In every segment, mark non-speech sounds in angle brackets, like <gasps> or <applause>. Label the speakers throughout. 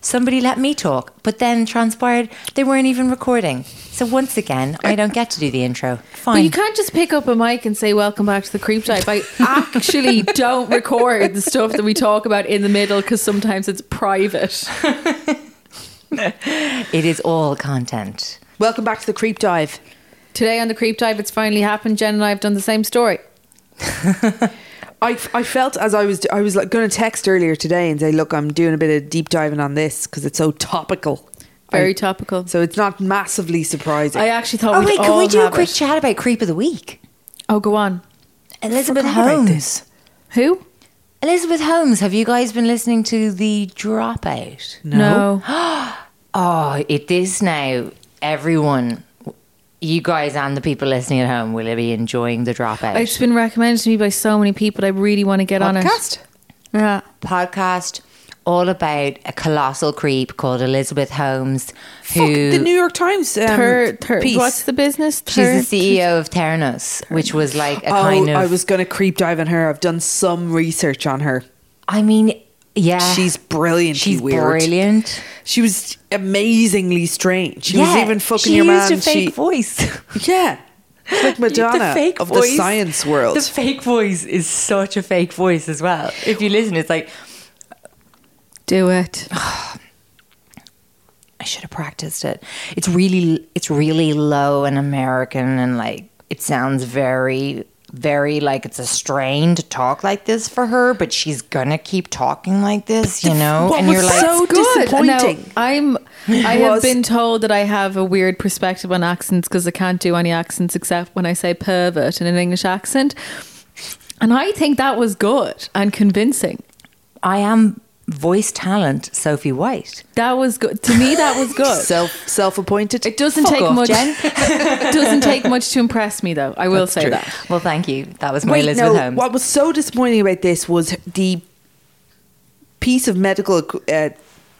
Speaker 1: Somebody let me talk, but then transpired they weren't even recording. So once again, I don't get to do the intro. Fine.
Speaker 2: But you can't just pick up a mic and say, Welcome back to the Creep Type. I
Speaker 1: <laughs>
Speaker 2: actually don't record the stuff that we talk about in the middle because sometimes it's private.
Speaker 1: it is all content.
Speaker 2: Welcome back to the Creep Dive. Today on the Creep Dive, it's finally happened. Jen and I have done the same story.
Speaker 3: <laughs> I, I felt as I was I was like going to text earlier today and say, look, I'm doing a bit of deep diving on this because it's so topical.
Speaker 2: Very
Speaker 3: I-
Speaker 2: topical.
Speaker 3: So it's not massively surprising.
Speaker 2: I actually thought
Speaker 1: Oh,
Speaker 2: we'd
Speaker 1: wait, can
Speaker 2: all
Speaker 1: we do a
Speaker 2: have
Speaker 1: quick
Speaker 2: it.
Speaker 1: chat about Creep of the Week?
Speaker 2: Oh, go on.
Speaker 1: Elizabeth
Speaker 3: Forgot about
Speaker 1: Holmes.
Speaker 3: this.
Speaker 2: Who?
Speaker 1: Elizabeth Holmes, have you guys been listening to The Dropout?
Speaker 2: No.
Speaker 1: Oh, it is now. Everyone, you guys and the people listening at home will be enjoying The Dropout.
Speaker 2: It's been recommended to me by so many people. I really want to get on it.
Speaker 3: Podcast? Um,
Speaker 2: Yeah.
Speaker 1: podcast all about a colossal creep called Elizabeth Holmes,
Speaker 3: Fuck,
Speaker 1: who
Speaker 3: the New York Times um,
Speaker 2: Third, third.
Speaker 3: piece.
Speaker 2: What's the business?
Speaker 1: she's
Speaker 2: Third-
Speaker 1: the CEO of Theranos, which was like a
Speaker 3: oh,
Speaker 1: kind of.
Speaker 3: I was going to creep dive on her. I've done some research on her.
Speaker 1: I mean, yeah,
Speaker 3: She's brilliant.
Speaker 1: she's
Speaker 3: weird.
Speaker 1: brilliant.
Speaker 3: She was amazingly strange. She
Speaker 1: yeah,
Speaker 3: was even fucking
Speaker 1: she
Speaker 3: your
Speaker 1: used
Speaker 3: man.
Speaker 1: a fake
Speaker 3: she, <laughs>
Speaker 1: voice.
Speaker 3: yeah,
Speaker 1: <laughs>
Speaker 3: It's like Madonna of the science world.
Speaker 1: The fake voice is such a fake voice as well. If you listen, it's like
Speaker 2: Do it.
Speaker 1: I should have practiced it. It's really it's really low and American and like it sounds very very like it's a strain to talk like this for her, but she's gonna keep talking like this, you know?
Speaker 3: what
Speaker 1: and
Speaker 3: was
Speaker 1: you're like
Speaker 3: so disappointing.
Speaker 2: Now, I'm. I have been told that I have a weird perspective on accents because I can't do any accents except when I say pervert in an English accent, and I think that was good and convincing.
Speaker 1: I am voice talent Sophie White.
Speaker 2: That was good to me.
Speaker 3: <laughs>
Speaker 2: That was good.
Speaker 3: Self self appointed.
Speaker 2: it doesn't take much. <laughs> it doesn't take much to impress me, though. I will say that.
Speaker 1: Well thank you. That was my
Speaker 3: Wait,
Speaker 1: Elizabeth
Speaker 3: no,
Speaker 1: Holmes.
Speaker 3: What was so disappointing about this was the piece of medical uh,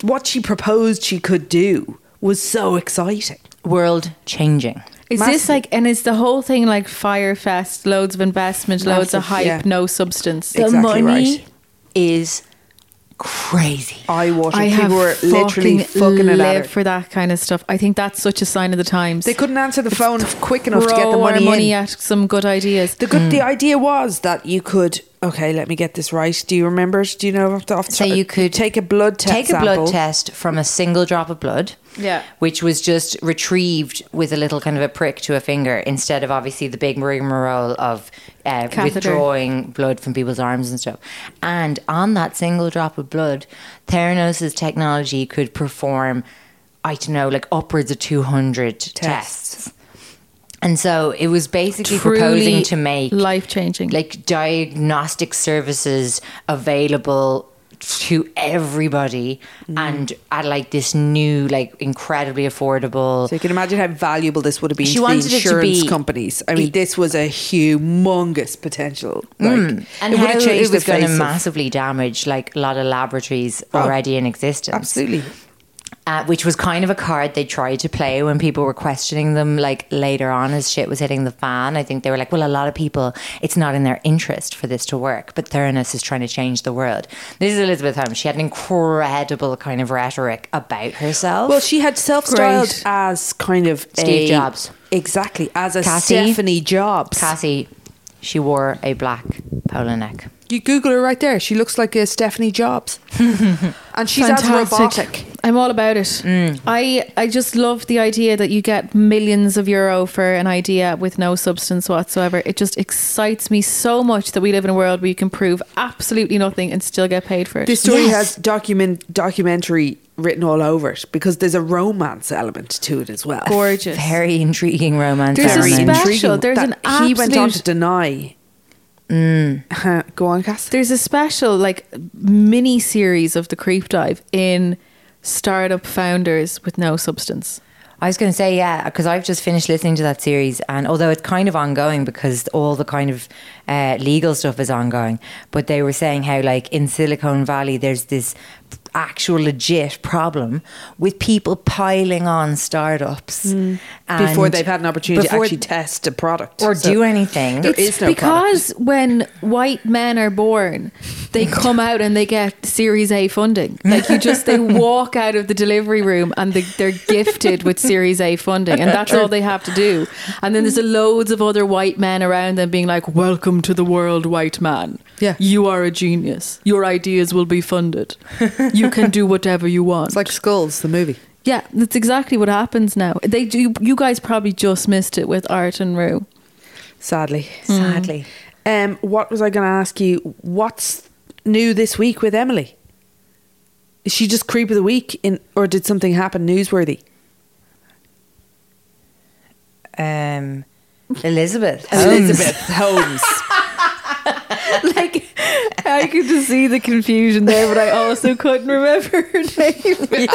Speaker 3: what she proposed she could do was so exciting.
Speaker 1: World changing.
Speaker 2: Is this like, and is the whole thing like fire fest? Loads of investment, loads of
Speaker 3: Massive,
Speaker 2: hype,
Speaker 3: yeah.
Speaker 2: no substance.
Speaker 1: The
Speaker 3: Exactly
Speaker 1: money
Speaker 3: right.
Speaker 1: is crazy.
Speaker 3: Eye
Speaker 2: I
Speaker 3: watering.
Speaker 2: have
Speaker 3: People were literally fucking it out.
Speaker 2: live for that kind of stuff. I think that's such a sign of the times.
Speaker 3: They couldn't answer the phone quick enough to
Speaker 2: Throw
Speaker 3: get the
Speaker 2: our
Speaker 3: money,
Speaker 2: money
Speaker 3: in.
Speaker 2: at some good ideas.
Speaker 3: The good, the idea was that you could. Okay, let me get this right. Do you remember? it? Do you know off the off the
Speaker 1: So
Speaker 3: top?
Speaker 1: you could
Speaker 3: take a blood test.
Speaker 1: Take a blood
Speaker 3: sample.
Speaker 1: test from a single drop of blood.
Speaker 2: Yeah.
Speaker 1: Which was just retrieved with a little kind of a prick to a finger instead of obviously the big rigmarole of uh,
Speaker 2: Catheter.
Speaker 1: withdrawing blood from people's arms and stuff. And on that single drop of blood, Theranos' technology could perform, I don't know, like upwards of 200 tests. And so it was basically
Speaker 2: Truly
Speaker 1: proposing to make
Speaker 2: life changing.
Speaker 1: like diagnostic services available to everybody and at like this new like incredibly affordable
Speaker 3: So you can imagine how valuable this would have been
Speaker 1: She
Speaker 3: to e- the
Speaker 1: wanted it to
Speaker 3: insurance
Speaker 1: be-
Speaker 3: companies. I mean, this was a humongous potential. Like,
Speaker 1: Hmm. and
Speaker 3: it would
Speaker 1: how
Speaker 3: have changed
Speaker 1: it was
Speaker 3: the
Speaker 1: going to
Speaker 3: face of-
Speaker 1: massively damage like a lot of laboratories already in existence
Speaker 3: Oh, Absolutely.
Speaker 1: uh, which was kind of a card they tried to play when people were questioning them like later on as shit was hitting the fan i think they were like well a lot of people it's not in their interest for this to work but theranos is trying to change the world this is elizabeth holmes she had an incredible kind of rhetoric about herself
Speaker 3: Well, she had self-styled
Speaker 2: Great.
Speaker 3: as kind of a,
Speaker 1: Steve Jobs.
Speaker 3: exactly as a
Speaker 1: Cassie?
Speaker 3: Stephanie Jobs.
Speaker 1: cassie she wore a black polo neck
Speaker 3: You Google her right there. She looks like a Stephanie
Speaker 1: <laughs>
Speaker 3: Jobs, and she's as robotic. Mm.
Speaker 2: I'm all about it. I I just love the idea that you get millions of euro for an idea with no substance whatsoever. It just excites me so much that we live in a world where you can prove absolutely nothing and still get paid for it.
Speaker 3: This story
Speaker 1: Yes.
Speaker 3: has document documentary written all over it because there's a romance element to it as well.
Speaker 2: gorgeous.
Speaker 1: very intriguing romance
Speaker 2: There's a
Speaker 3: Very
Speaker 1: element.
Speaker 2: special-
Speaker 3: intriguing
Speaker 2: there's
Speaker 3: that
Speaker 2: an
Speaker 3: he went on
Speaker 2: absolute-
Speaker 3: to deny. <laughs> Go on, Cass.
Speaker 2: There's a special like mini series of the creep dive in startup founders with no substance.
Speaker 1: I was going to say, yeah, because I've just finished listening to that series. And although it's kind of ongoing because all the kind of uh, legal stuff is ongoing, but they were saying how, like, in Silicon Valley, there's this actual legit problem with people piling on startups and-
Speaker 3: Hmm. before they've had an opportunity to
Speaker 1: before-
Speaker 3: actually test a product
Speaker 1: or
Speaker 3: So
Speaker 1: do anything.
Speaker 3: There
Speaker 2: it's
Speaker 3: is no
Speaker 2: because when white men are born,
Speaker 3: <laughs>
Speaker 2: they come out and they get Series A funding. Like you just,
Speaker 3: <laughs>
Speaker 2: they walk out of the delivery room and they, they're gifted with Series A funding, and that's all they have to do. And then there's loads of other white men around them being like, "Welcome to the world, white man.
Speaker 3: Yeah.
Speaker 2: you are a genius. Your ideas will be funded. You can do whatever you want."
Speaker 3: it's like Skulls, the movie.
Speaker 2: yeah, that's exactly what happens now. They do. You guys probably just missed it with Art and Rue.
Speaker 3: Sadly,
Speaker 1: Sadly.
Speaker 3: Um, what was I going to ask you? What's new this week with Emily? Is she just creep of the week, in, or did something happen newsworthy?
Speaker 1: Um,
Speaker 3: <laughs>
Speaker 1: Elizabeth.
Speaker 3: Elizabeth Holmes.
Speaker 2: like I could just see the
Speaker 1: <laughs>
Speaker 2: confusion
Speaker 3: <laughs>
Speaker 2: there, but I also couldn't remember her name.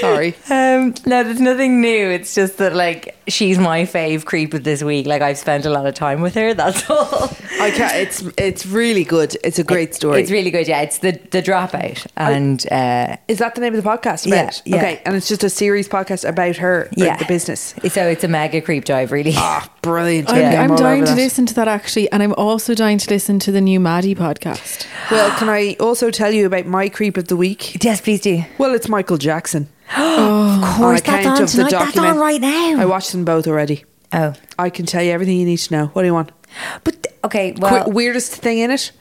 Speaker 3: Sorry.
Speaker 1: Um, no, there's nothing new. It's just that, like, she's my fave creep of this week. Like, I've spent a lot of time with her. That's all.
Speaker 3: I can't, it's it's really good. It's a great story.
Speaker 1: It's really good. Yeah, it's the the dropout, and uh,
Speaker 3: Is that the name of the podcast?
Speaker 1: Yeah,
Speaker 3: About?
Speaker 1: yeah.
Speaker 3: Okay, and it's just a series podcast about her,
Speaker 1: yeah,
Speaker 3: yeah. the Ah. business.
Speaker 1: So it's a mega creep dive, really. <laughs>
Speaker 3: Brilliant.
Speaker 2: I'm,
Speaker 3: Yeah,
Speaker 2: I'm
Speaker 3: all
Speaker 2: dying
Speaker 3: over
Speaker 2: to
Speaker 3: that.
Speaker 2: listen to that actually, and I'm also dying to listen to the new Maddie podcast.
Speaker 3: Well, can I also tell you about my creep of the week?
Speaker 1: yes, please do.
Speaker 3: Well, it's Michael Jackson.
Speaker 1: Of course,
Speaker 3: on
Speaker 1: that's
Speaker 3: account
Speaker 1: on
Speaker 3: of the
Speaker 1: tonight. That's on
Speaker 3: document-
Speaker 1: right
Speaker 3: I
Speaker 1: now.
Speaker 3: watched them both already.
Speaker 1: oh,
Speaker 3: I can tell you everything you need to know. What do you want?
Speaker 1: but okay.
Speaker 3: Quick
Speaker 1: Well,
Speaker 3: weirdest thing in it?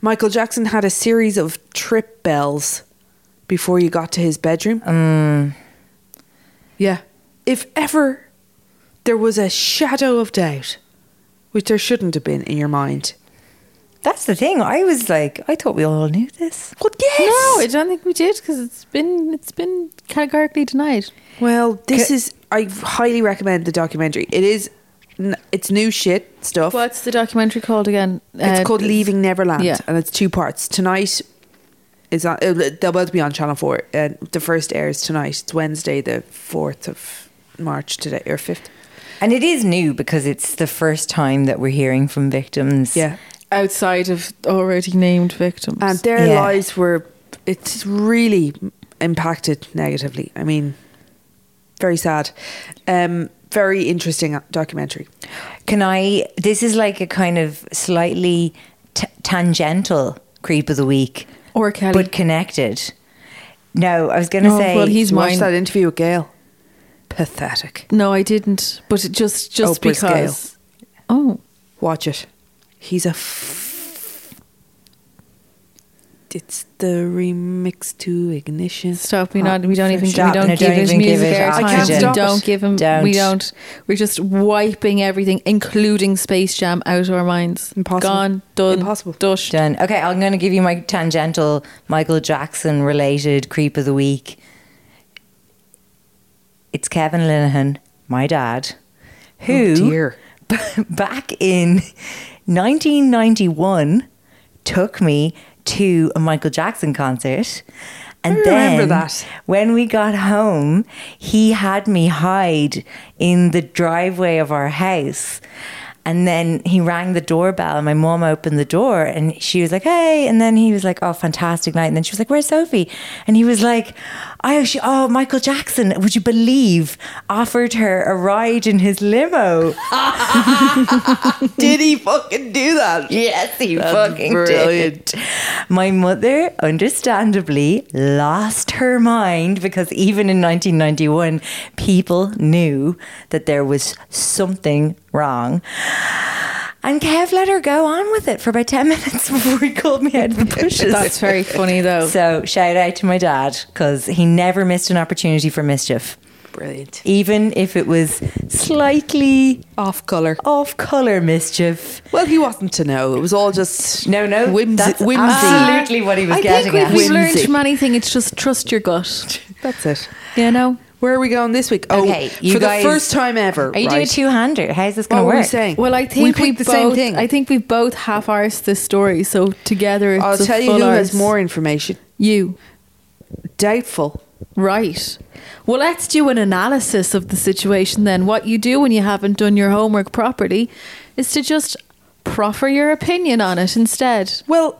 Speaker 3: Michael Jackson had a series of trip bells before you got to his bedroom. Yeah. If ever there was a shadow of doubt, which there shouldn't have been in your mind.
Speaker 1: that's the thing. I was like, I thought we all knew this.
Speaker 3: Well, yes.
Speaker 2: No, I don't think we did because it's been it's been categorically denied.
Speaker 3: Well, this is. I highly recommend the documentary. It is. n- It's new shit stuff.
Speaker 2: What's the documentary called again?
Speaker 3: Uh,
Speaker 2: Uh,
Speaker 3: It's called Leaving Neverland,
Speaker 2: yeah.
Speaker 3: and it's two parts. Tonight is on. it'll- They'll both be on Channel Four. Uh, the first airs tonight. It's Wednesday, the fourth of March today or fifth.
Speaker 1: And it is new because it's the first time that we're hearing from victims.
Speaker 3: Yeah,
Speaker 2: outside of already named victims.
Speaker 3: and their
Speaker 1: Yeah.
Speaker 3: lives were. It's really impacted negatively. I mean, very sad. Um, very interesting documentary.
Speaker 1: Can I? This is like a kind of slightly t- tangential creep of the week,
Speaker 2: or Kelly.
Speaker 1: but connected. No, I was going to
Speaker 2: Oh,
Speaker 1: say.
Speaker 2: well, he's
Speaker 3: You
Speaker 2: mine.
Speaker 3: watched that interview with Gail. Pathetic.
Speaker 2: no, I didn't. But it just just
Speaker 3: Oprah's Gail.
Speaker 2: because. Oh,
Speaker 3: Watch it. He's a. F- it's the remix to Ignition.
Speaker 2: Stop! We not. We don't even.
Speaker 1: Stop.
Speaker 2: we don't
Speaker 1: No,
Speaker 2: give
Speaker 1: don't
Speaker 2: his
Speaker 1: even give
Speaker 2: music
Speaker 1: it
Speaker 2: airtime.
Speaker 1: oxygen.
Speaker 2: We
Speaker 3: Stop
Speaker 2: don't
Speaker 3: it.
Speaker 2: give him.
Speaker 1: Don't.
Speaker 2: We don't. We're just wiping everything, including Space Jam, out of our minds.
Speaker 3: Impossible.
Speaker 2: Gone. Done.
Speaker 3: Impossible.
Speaker 2: Dushed.
Speaker 1: Done. Okay, I'm going to give you my tangential Michael Jackson related creep of the week. It's Kevin Linehan, my dad,
Speaker 3: Oh,
Speaker 1: who
Speaker 3: dear.
Speaker 1: <laughs> back in 1991 took me to a Michael Jackson concert. And
Speaker 3: remember
Speaker 1: then
Speaker 3: that.
Speaker 1: when we got home, he had me hide in the driveway of our house. And then he rang the doorbell, and my mom opened the door, and she was like, "Hey!" And then he was like, "Oh, fantastic night!" And then she was like, "Where's Sophie?" And he was like, "I actually, oh, Michael Jackson, would you believe, offered her a ride in his limo."
Speaker 3: Did he fucking do that?
Speaker 1: Yes, he
Speaker 3: That's
Speaker 1: fucking
Speaker 3: brilliant.
Speaker 1: did. My mother, understandably, lost her mind because even in 1991, people knew that there was something wrong. And Kev let her go on with it for about 10 <laughs> minutes before he called me out of the bushes.
Speaker 2: That's
Speaker 3: <laughs>
Speaker 2: very funny though.
Speaker 1: so, shout out to my dad because he never missed an opportunity for mischief.
Speaker 3: Brilliant.
Speaker 1: Even if it was slightly
Speaker 3: Off color.
Speaker 1: off color mischief,
Speaker 3: Well, he wasn't to know. It was all just
Speaker 1: No, no,
Speaker 3: whimsy.
Speaker 1: that's
Speaker 3: whimsy.
Speaker 1: absolutely what he was
Speaker 3: I
Speaker 1: getting
Speaker 3: think
Speaker 1: at.
Speaker 3: we've
Speaker 2: We've learned
Speaker 3: Whimsy.
Speaker 2: from anything, it's just trust your gut.
Speaker 3: That's it. <laughs>
Speaker 2: You know?
Speaker 3: Where are we going this week? Oh,
Speaker 1: Okay, you
Speaker 3: for
Speaker 1: guys-
Speaker 3: the first time ever.
Speaker 1: Are you
Speaker 3: right.
Speaker 1: doing two-hander? How's this going
Speaker 3: What
Speaker 1: to
Speaker 3: were
Speaker 1: work?
Speaker 3: we saying?
Speaker 2: Well, I think we,
Speaker 3: picked
Speaker 2: both, I think we both half arsed this story, so together it's
Speaker 3: I'll
Speaker 2: a
Speaker 3: tell you
Speaker 2: full
Speaker 3: who has
Speaker 2: arse.
Speaker 3: more information.
Speaker 2: You.
Speaker 3: Doubtful.
Speaker 2: Right. Well, let's do an analysis of the situation then. What you do when you haven't done your homework properly is to just proffer your opinion on it instead.
Speaker 3: Well,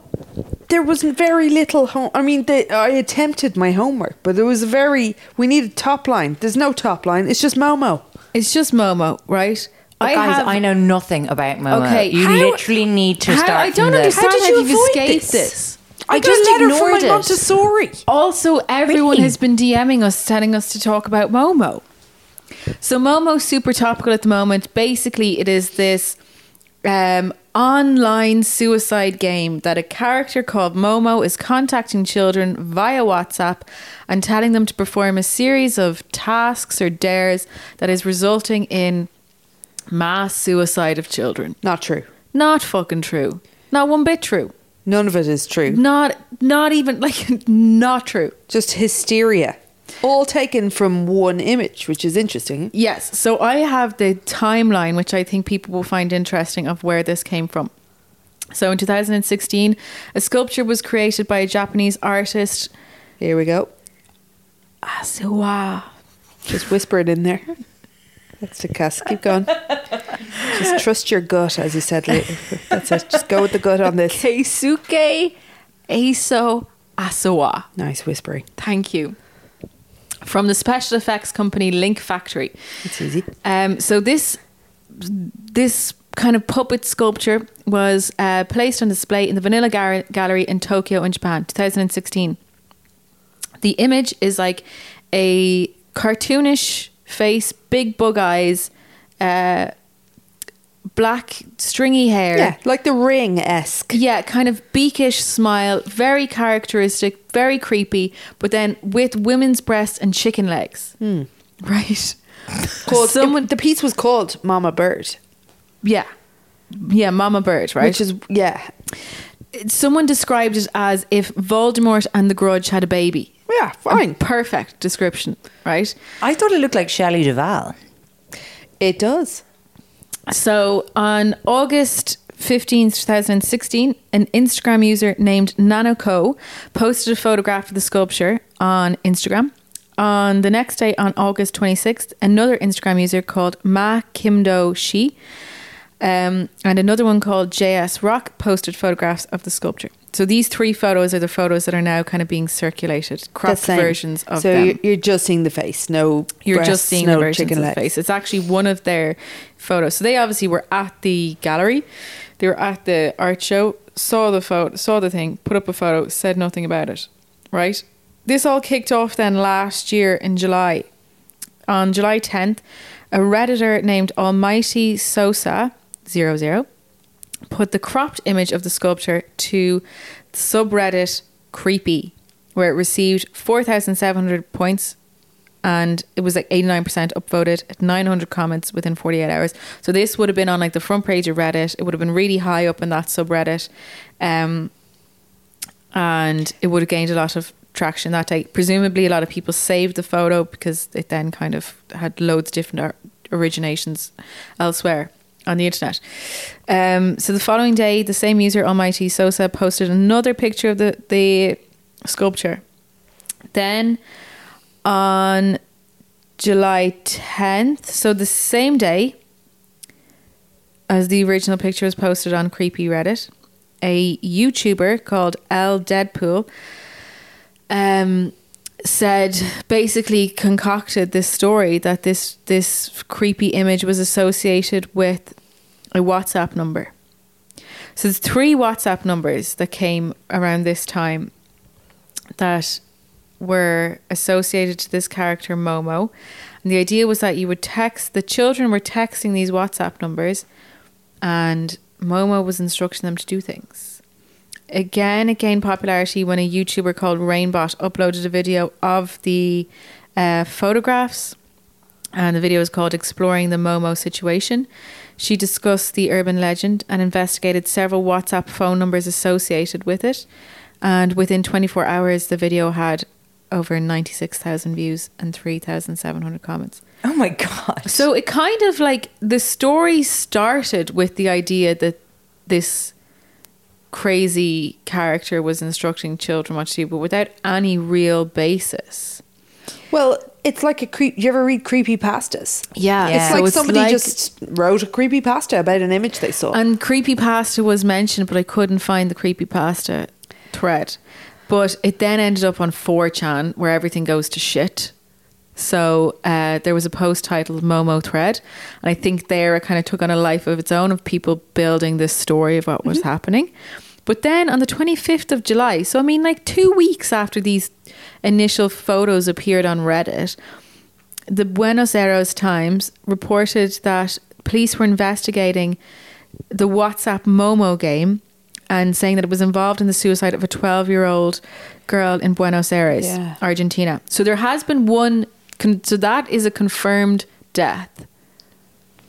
Speaker 3: there was very little home. I mean, they, I attempted my homework, but there was a very. We needed top line. There's no top line. It's just Momo.
Speaker 2: It's just Momo, right?
Speaker 1: But Oh, guys, I know nothing about Momo.
Speaker 2: Okay,
Speaker 1: you
Speaker 2: how-
Speaker 1: literally need to
Speaker 2: how-
Speaker 1: start.
Speaker 2: I
Speaker 1: from
Speaker 2: don't
Speaker 1: the-
Speaker 2: understand
Speaker 3: How
Speaker 2: how,
Speaker 3: did you
Speaker 2: you've
Speaker 3: avoid
Speaker 2: escaped
Speaker 3: this?
Speaker 2: this.
Speaker 3: I, got a letter from my Montessori.
Speaker 2: Also, everyone
Speaker 1: Really?
Speaker 2: has been DMing us, telling us to talk about Momo. So Momo's super topical at the moment. Basically, it is this um, online suicide game that a character called Momo is contacting children via WhatsApp and telling them to perform a series of tasks or dares that is resulting in mass suicide of children.
Speaker 3: Not true.
Speaker 2: Not fucking true. Not one bit true.
Speaker 3: None of it is true.
Speaker 2: Not not even <laughs> like not true.
Speaker 3: Just hysteria. All taken from one image, which is interesting.
Speaker 2: Yes. So I have the timeline, which I think people will find interesting, of where this came from. So in 2016, a sculpture was created by a Japanese artist,
Speaker 3: Here we go.
Speaker 2: Asuwa.
Speaker 3: Just whisper it in there. That's the cuss. Keep going. Just trust your gut, as you said later. That's it. Just go with the gut on this.
Speaker 2: Keisuke Aso Asawa.
Speaker 3: Nice whispering.
Speaker 2: Thank you. From the special effects company Link Factory.
Speaker 3: It's easy.
Speaker 2: Um, so this this kind of puppet sculpture was uh, placed on display in the Vanilla Gar- Gallery in Tokyo, in Japan, 2016. The image is like a cartoonish face, big bug eyes, uh, black stringy hair.
Speaker 3: Yeah, like the ring esque.
Speaker 2: Yeah, kind of beakish smile, very characteristic, very creepy, but then with women's breasts and chicken legs. Right.
Speaker 3: Hmm. <laughs> Called
Speaker 2: Someone-
Speaker 3: it- the piece was called Mama Bird,
Speaker 2: Yeah. Yeah, Mama Bird, right?
Speaker 3: which is yeah,
Speaker 2: Someone described it as if Voldemort and the Grudge had a baby.
Speaker 3: yeah,
Speaker 2: A
Speaker 3: fine.
Speaker 2: perfect description, right?
Speaker 1: I thought it looked like Shelley Duvall.
Speaker 3: It does.
Speaker 2: So on August 15th, 2016, an Instagram user named Nanoko posted a photograph of the sculpture on Instagram. On the next day, on August 26th, another Instagram user called Ma Kimdo Shi um, and another one called JS Rock posted photographs of the sculpture. So these three photos are the photos that are now kind of being circulated,
Speaker 3: The
Speaker 2: cropped
Speaker 3: same.
Speaker 2: versions of
Speaker 3: so
Speaker 2: them
Speaker 3: You're, you're just seeing the face, no.
Speaker 2: you're
Speaker 3: breasts,
Speaker 2: just seeing
Speaker 3: no
Speaker 2: the versions
Speaker 3: chicken
Speaker 2: of the
Speaker 3: legs.
Speaker 2: face. It's actually one of their photos. So they obviously were at the gallery. They were at the art show, saw the photo, saw the thing, put up a photo, said nothing about it. Right? This all kicked off then last year in July. On July 10th, a redditor named Almighty Sosa 00 put the cropped image of the sculpture to the subreddit creepy where it received 4700 points and it was like 89% upvoted at 900 comments within 48 hours so this would have been on like the front page of reddit it would have been really high up in that subreddit um, and it would have gained a lot of traction that day presumably a lot of people saved the photo because it then kind of had loads of different ar- originations elsewhere on the internet. Um, so the following day, the same user, Almighty Sosa, posted another picture of the, the sculpture. Then on July 10th, so the same day as the original picture was posted on Creepy Reddit, a YouTuber called L Deadpool um, said basically concocted this story that this this creepy image was associated with a WhatsApp number. So there's three WhatsApp numbers that came around this time that were associated to this character Momo. And the idea was that you would text the children were texting these WhatsApp numbers and Momo was instructing them to do things. Again, it gained popularity when a YouTuber called Rainbot uploaded a video of the uh, photographs, and the video is called Exploring the Momo Situation. She discussed the urban legend and investigated several WhatsApp phone numbers associated with it. And within 24 hours, the video had over 96,000 views and 3,700 comments.
Speaker 1: Oh my god.
Speaker 2: So it kind of like the story started with the idea that this crazy character was instructing children what to do, but without any real basis.
Speaker 3: Well, it's like a creep. You ever read creepy pastas?
Speaker 2: Yeah,
Speaker 3: It's like somebody just wrote a creepy pasta about an image they saw.
Speaker 2: and creepy pasta was mentioned, but I couldn't find the creepy pasta thread. But it then ended up on 4chan, where everything goes to shit. So uh, there was a post titled "Momo Thread," and I think there it kind of took on a life of its own of people building this story of what was happening. But then on the 25th of July, so I mean, like two weeks after these initial photos appeared on Reddit, the Buenos Aires Times reported that police were investigating the WhatsApp Momo game and saying that it was involved in the suicide of a 12 year old girl in Buenos Aires,
Speaker 3: Yeah.
Speaker 2: Argentina. So there has been one, con- so that is a confirmed death.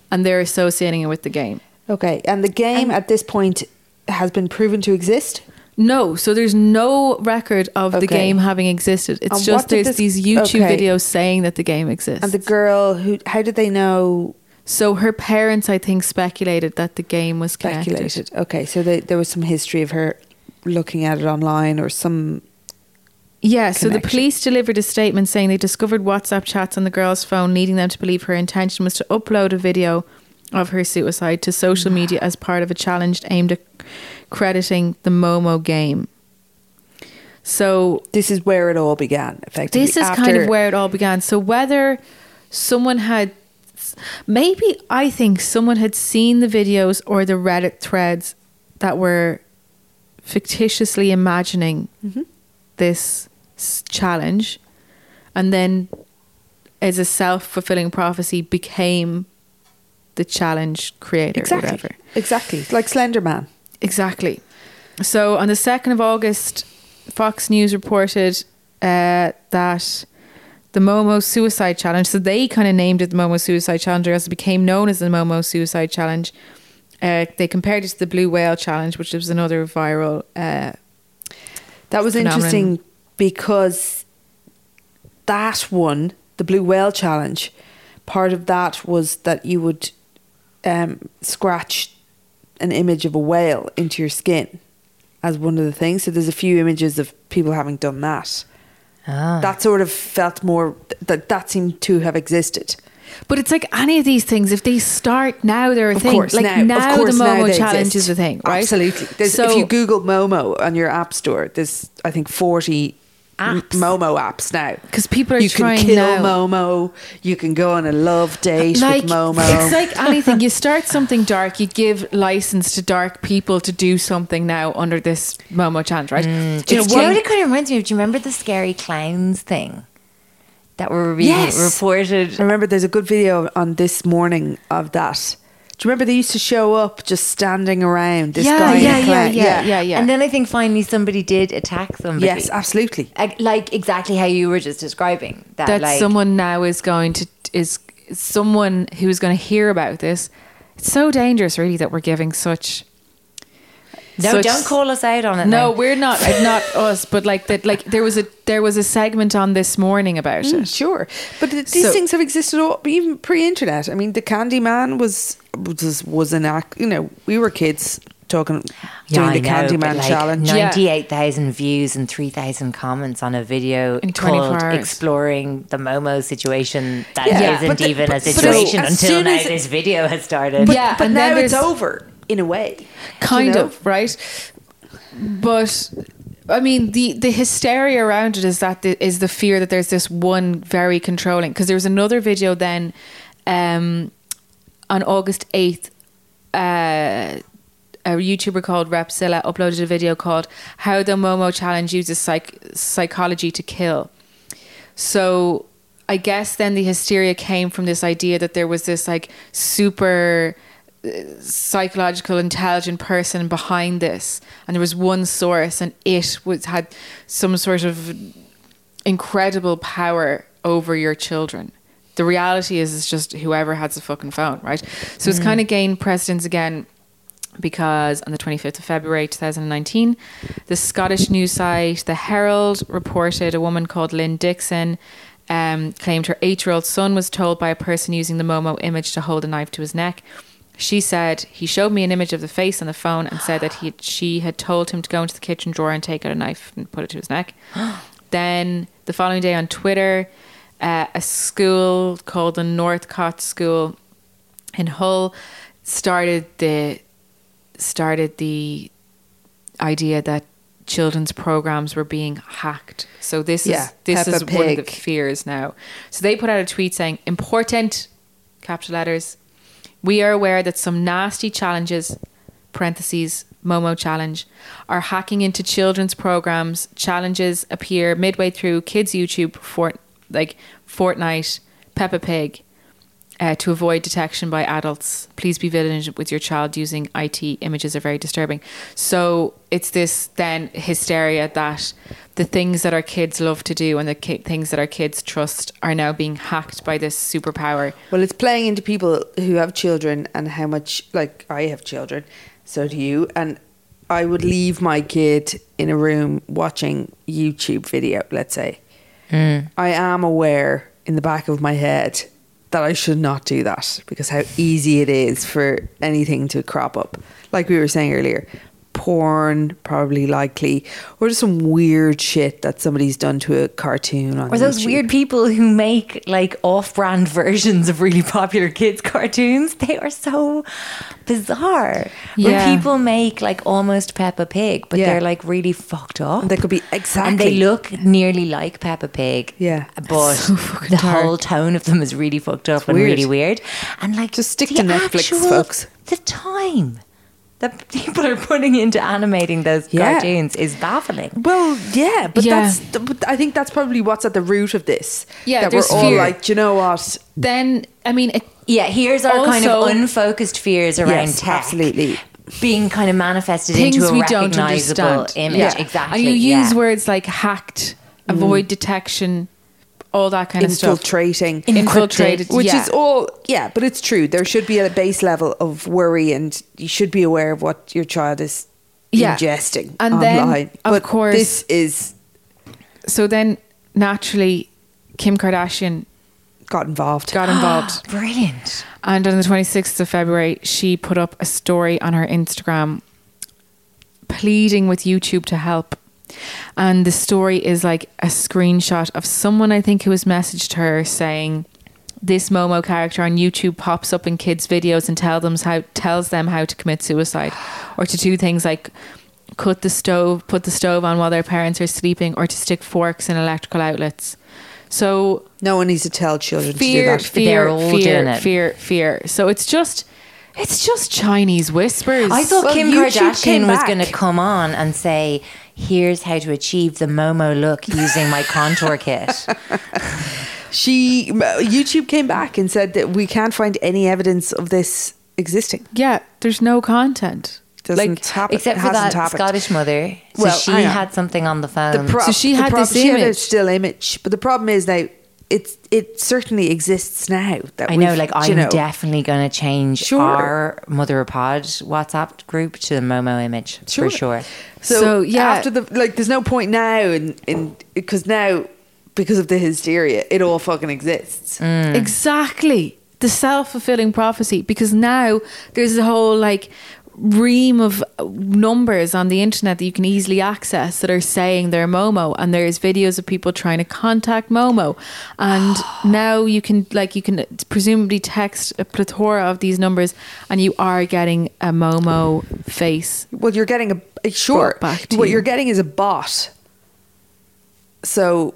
Speaker 2: And they're associating it with the game.
Speaker 3: okay, and the game at this point has been proven to exist.
Speaker 2: No, so there's no record of the
Speaker 3: Okay.
Speaker 2: game having existed. It's
Speaker 3: And
Speaker 2: just
Speaker 3: what did
Speaker 2: there's
Speaker 3: this-
Speaker 2: these YouTube
Speaker 3: okay.
Speaker 2: videos saying that the game exists.
Speaker 3: And the girl who, how did they know?
Speaker 2: so her parents, I think, speculated that the game was connected.
Speaker 3: Speculated. Okay, so they, there was some history of her looking at it online or some.
Speaker 2: Yeah, so the
Speaker 3: connection.
Speaker 2: police delivered a statement saying they discovered WhatsApp chats on the girl's phone, leading them to believe her intention was to upload a video of her suicide to
Speaker 3: <sighs>
Speaker 2: social media as part of a challenge aimed at crediting the Momo game. So
Speaker 3: This is where it all began, effectively.
Speaker 2: this is kind of
Speaker 3: After-
Speaker 2: where it all began. So whether someone had, maybe I think someone had seen the videos or the Reddit threads that were fictitiously imagining
Speaker 3: Mm-hmm.
Speaker 2: this s- challenge, and then as a self fulfilling prophecy became the challenge creator. or
Speaker 3: Exactly.
Speaker 2: Whatever.
Speaker 3: Exactly. Like Slender Man.
Speaker 2: Exactly. So on the 2nd of August, Fox News reported uh, that the Momo Suicide Challenge, so they kind of named it the Momo Suicide Challenge, or as it became known as the Momo Suicide Challenge. Uh, they compared it to the Blue Whale Challenge, which was another viral. Uh,
Speaker 3: That was
Speaker 2: Phenomenon.
Speaker 3: interesting because that one, the Blue Whale Challenge, part of that was that you would um, scratch an image of a whale into your skin as one of the things. So there's a few images of people having done that. That sort of felt more that that seemed to have existed.
Speaker 2: but it's like any of these things, if they start now, they're a
Speaker 3: Of
Speaker 2: thing.
Speaker 3: course,
Speaker 2: like
Speaker 3: now, of course,
Speaker 2: the
Speaker 3: now
Speaker 2: Momo
Speaker 3: they
Speaker 2: Challenge
Speaker 3: exist.
Speaker 2: is a thing, right?
Speaker 3: Absolutely. There's, if you Google Momo on your app store, there's I think forty m-
Speaker 2: Apps.
Speaker 3: Momo apps now
Speaker 2: 'Cause people are
Speaker 3: you
Speaker 2: trying
Speaker 3: can kill
Speaker 2: now.
Speaker 3: Momo. You can go on a love date with Momo.
Speaker 2: It's like anything. You start something dark, you give license to dark people to do something now under this Momo chant, right?
Speaker 3: Mm,
Speaker 1: Do you,
Speaker 2: It's
Speaker 1: know, what
Speaker 2: like-
Speaker 1: it kind of reminds me of? Do you remember the scary clowns thing that were re-
Speaker 3: Yes.
Speaker 1: reported?
Speaker 3: I remember there's a good video on this morning of that. Do you remember they used to show up just standing around? This
Speaker 2: Yeah,
Speaker 3: guy in a
Speaker 2: yeah, yeah,
Speaker 3: clown?
Speaker 2: yeah, yeah, yeah.
Speaker 1: And then I think finally somebody did attack somebody.
Speaker 3: Yes, absolutely.
Speaker 1: Like- like exactly how you were just describing that.
Speaker 2: that
Speaker 1: like,
Speaker 2: someone now is going to is someone who is going to hear about this. It's so dangerous, really, that we're giving such
Speaker 1: No,
Speaker 2: So it's-
Speaker 1: don't call us out on it.
Speaker 2: No,
Speaker 1: then.
Speaker 2: we're not.
Speaker 3: <laughs>
Speaker 2: uh, Not us, but like that. Like there was a there was a segment on this morning about
Speaker 3: Mm,
Speaker 2: it.
Speaker 3: Sure, but th- these
Speaker 2: So-
Speaker 3: things have existed all, even pre-internet. I mean, the Candy Man was was was an act. You know, we were kids talking doing the Candy Man challenge.
Speaker 2: Yeah.
Speaker 1: Ninety-eight thousand views and three thousand comments on a video
Speaker 2: In 24
Speaker 1: called
Speaker 2: hours.
Speaker 1: "Exploring the Momo Situation." That
Speaker 3: Yeah.
Speaker 1: not
Speaker 3: But the-
Speaker 1: even a
Speaker 3: but- but as-
Speaker 1: situation
Speaker 3: as
Speaker 1: until
Speaker 3: soon
Speaker 1: now.
Speaker 3: as-
Speaker 1: this video has started.
Speaker 2: yeah,
Speaker 3: but
Speaker 2: and
Speaker 3: now
Speaker 2: then
Speaker 3: it's
Speaker 2: there's-
Speaker 3: over in a way.
Speaker 2: kind
Speaker 3: you know?
Speaker 2: of right but i mean the the hysteria around it is that the, is the fear that there's this one very controlling because there was another video then um on august 8th uh a YouTuber called Repzilla uploaded a video called "How the Momo Challenge Uses Psych- Psychology to Kill," So I guess then the hysteria came from this idea that there was this like super uh, psychological intelligent person behind this and there was one source and it was had some sort of incredible power over your children the reality is it's just whoever has a fucking phone right so it's kind of gained precedence again because on the 25th of February 2019, the Scottish news site The Herald reported a woman called Lynn Dixon um, claimed her eight year old son was told by a person using the Momo image to hold a knife to his neck. She said, He showed me an image of the face on the phone and said that he, she had told him to go into the kitchen drawer and take out a knife and put it to his neck. then the following day on Twitter, uh, a school called the Northcott School in Hull started the started the idea that children's programs were being hacked. So this
Speaker 3: Yeah,
Speaker 2: is this
Speaker 3: Peppa
Speaker 2: is one of the
Speaker 3: Pig.
Speaker 2: fears now. So they put out a tweet saying, "Important capital letters. We are aware that some nasty challenges parentheses Momo challenge are hacking into children's programs. Challenges appear midway through kids YouTube for like Fortnite, Peppa Pig." uh, to avoid detection by adults. Please be vigilant with your child using IT. Images are very disturbing. So it's this then hysteria that the things that our kids love to do and the ki- things that our kids trust are now being hacked by this superpower.
Speaker 3: Well, it's playing into people who have children and how much, like, I have children, so do you. And I would leave my kid in a room watching YouTube video, let's say.
Speaker 1: Mm.
Speaker 3: I am aware in the back of my head that I should not do that because how easy it is for anything to crop up. Like we were saying earlier, porn, probably likely, or just some weird shit that somebody's done to a cartoon on
Speaker 1: Or those
Speaker 3: YouTube.
Speaker 1: weird people who make like off-brand <laughs> versions of really popular kids <laughs> cartoons. They are so bizarre.
Speaker 2: Yeah.
Speaker 1: Where people make like almost Peppa Pig, but
Speaker 3: Yeah.
Speaker 1: they're like really fucked up.
Speaker 3: And they could be
Speaker 1: And they
Speaker 3: exactly.
Speaker 1: look nearly like Peppa Pig.
Speaker 3: Yeah.
Speaker 1: But
Speaker 3: <laughs>
Speaker 1: the whole tone of them is really fucked up and
Speaker 3: weird.
Speaker 1: really weird. And like
Speaker 3: Just stick
Speaker 1: the
Speaker 3: to Netflix,
Speaker 1: actual-
Speaker 3: folks.
Speaker 1: The time that <laughs> people are putting into animating those
Speaker 3: Yeah.
Speaker 1: cartoons is baffling.
Speaker 3: Well, yeah, but
Speaker 2: Yeah.
Speaker 3: that's. But I think that's probably what's at the root of this.
Speaker 2: Yeah,
Speaker 3: that
Speaker 2: there's
Speaker 3: we're all
Speaker 2: fear.
Speaker 3: like, "Do you know what?
Speaker 2: Then, I mean, it,
Speaker 1: Yeah, here's our kind of
Speaker 2: Also-
Speaker 1: unfocused fears around
Speaker 3: Yes,
Speaker 1: tech.
Speaker 3: absolutely.
Speaker 1: Being kind of manifested
Speaker 2: things
Speaker 1: into a
Speaker 2: we don't
Speaker 1: recognizable
Speaker 2: understand.
Speaker 1: image.
Speaker 2: Yeah.
Speaker 1: Exactly.
Speaker 2: And you use
Speaker 1: yeah. Mm.
Speaker 2: words like hacked, avoid detection, all that kind of stuff.
Speaker 3: Infiltrating,
Speaker 2: Infiltrated,
Speaker 3: which
Speaker 2: yeah.
Speaker 3: is all. Yeah, but it's true. There should be a base level of worry, and you should be aware of what your child is
Speaker 2: Yeah.
Speaker 3: ingesting
Speaker 2: And then,
Speaker 3: online.
Speaker 2: of
Speaker 3: but
Speaker 2: course-
Speaker 3: this is
Speaker 2: So then, naturally, Kim Kardashian
Speaker 3: got involved.
Speaker 2: got involved.
Speaker 1: Brilliant.
Speaker 2: And on the 26th of February, she put up a story on her Instagram pleading with YouTube to help. And the story is like a screenshot of someone I think who has messaged her saying, this Momo character on YouTube pops up in kids' videos and tell them how tells them how to commit suicide, or to do things like cut the stove, put the stove on while their parents are sleeping, or to stick forks in electrical outlets. So
Speaker 3: no one needs to tell children to
Speaker 2: fear,
Speaker 3: do that.
Speaker 2: fear,
Speaker 1: They're all
Speaker 2: fear,
Speaker 1: doing it.
Speaker 2: fear, fear. So it's just, it's just Chinese whispers.
Speaker 1: I thought
Speaker 3: Well,
Speaker 1: Kim
Speaker 3: YouTube came
Speaker 1: Kardashian was
Speaker 3: back.
Speaker 1: going to come on and say, here's how to achieve the Momo look using my contour kit.
Speaker 3: She uh, YouTube came back and said that we can't find any evidence of this existing.
Speaker 2: yeah, there's no content.
Speaker 3: Doesn't
Speaker 2: Like,
Speaker 3: happen.
Speaker 1: Except for
Speaker 3: hasn't
Speaker 1: that
Speaker 3: happened.
Speaker 1: Scottish mother. So
Speaker 3: Well,
Speaker 1: she
Speaker 3: hang on.
Speaker 1: had something on the phone.
Speaker 3: The prob-
Speaker 2: Um, she
Speaker 3: the
Speaker 2: had
Speaker 3: prob-
Speaker 2: this
Speaker 3: She had a
Speaker 2: image.
Speaker 3: still image, but the problem is now it's it certainly exists now. That
Speaker 1: I know,
Speaker 3: we've-
Speaker 1: like
Speaker 3: you
Speaker 1: I'm
Speaker 3: know.
Speaker 1: definitely going to change
Speaker 3: Sure.
Speaker 1: our Mother of Pod WhatsApp group to the Momo image for sure.
Speaker 3: So,
Speaker 2: So,
Speaker 3: yeah,
Speaker 2: yeah.
Speaker 3: after the like, there's no point now in in because now because of the hysteria, it all fucking exists.
Speaker 2: Mm. Exactly. The self fulfilling prophecy. Because now there's a whole like ream of numbers on the internet that you can easily access that are saying they're Momo and there's videos of people trying to contact Momo. And now you can like you can presumably text a plethora of these numbers and you are getting a Momo face.
Speaker 3: Well, you're getting a, a sure.
Speaker 2: Brought back to
Speaker 3: What
Speaker 2: you.
Speaker 3: you. are getting is a bot. So,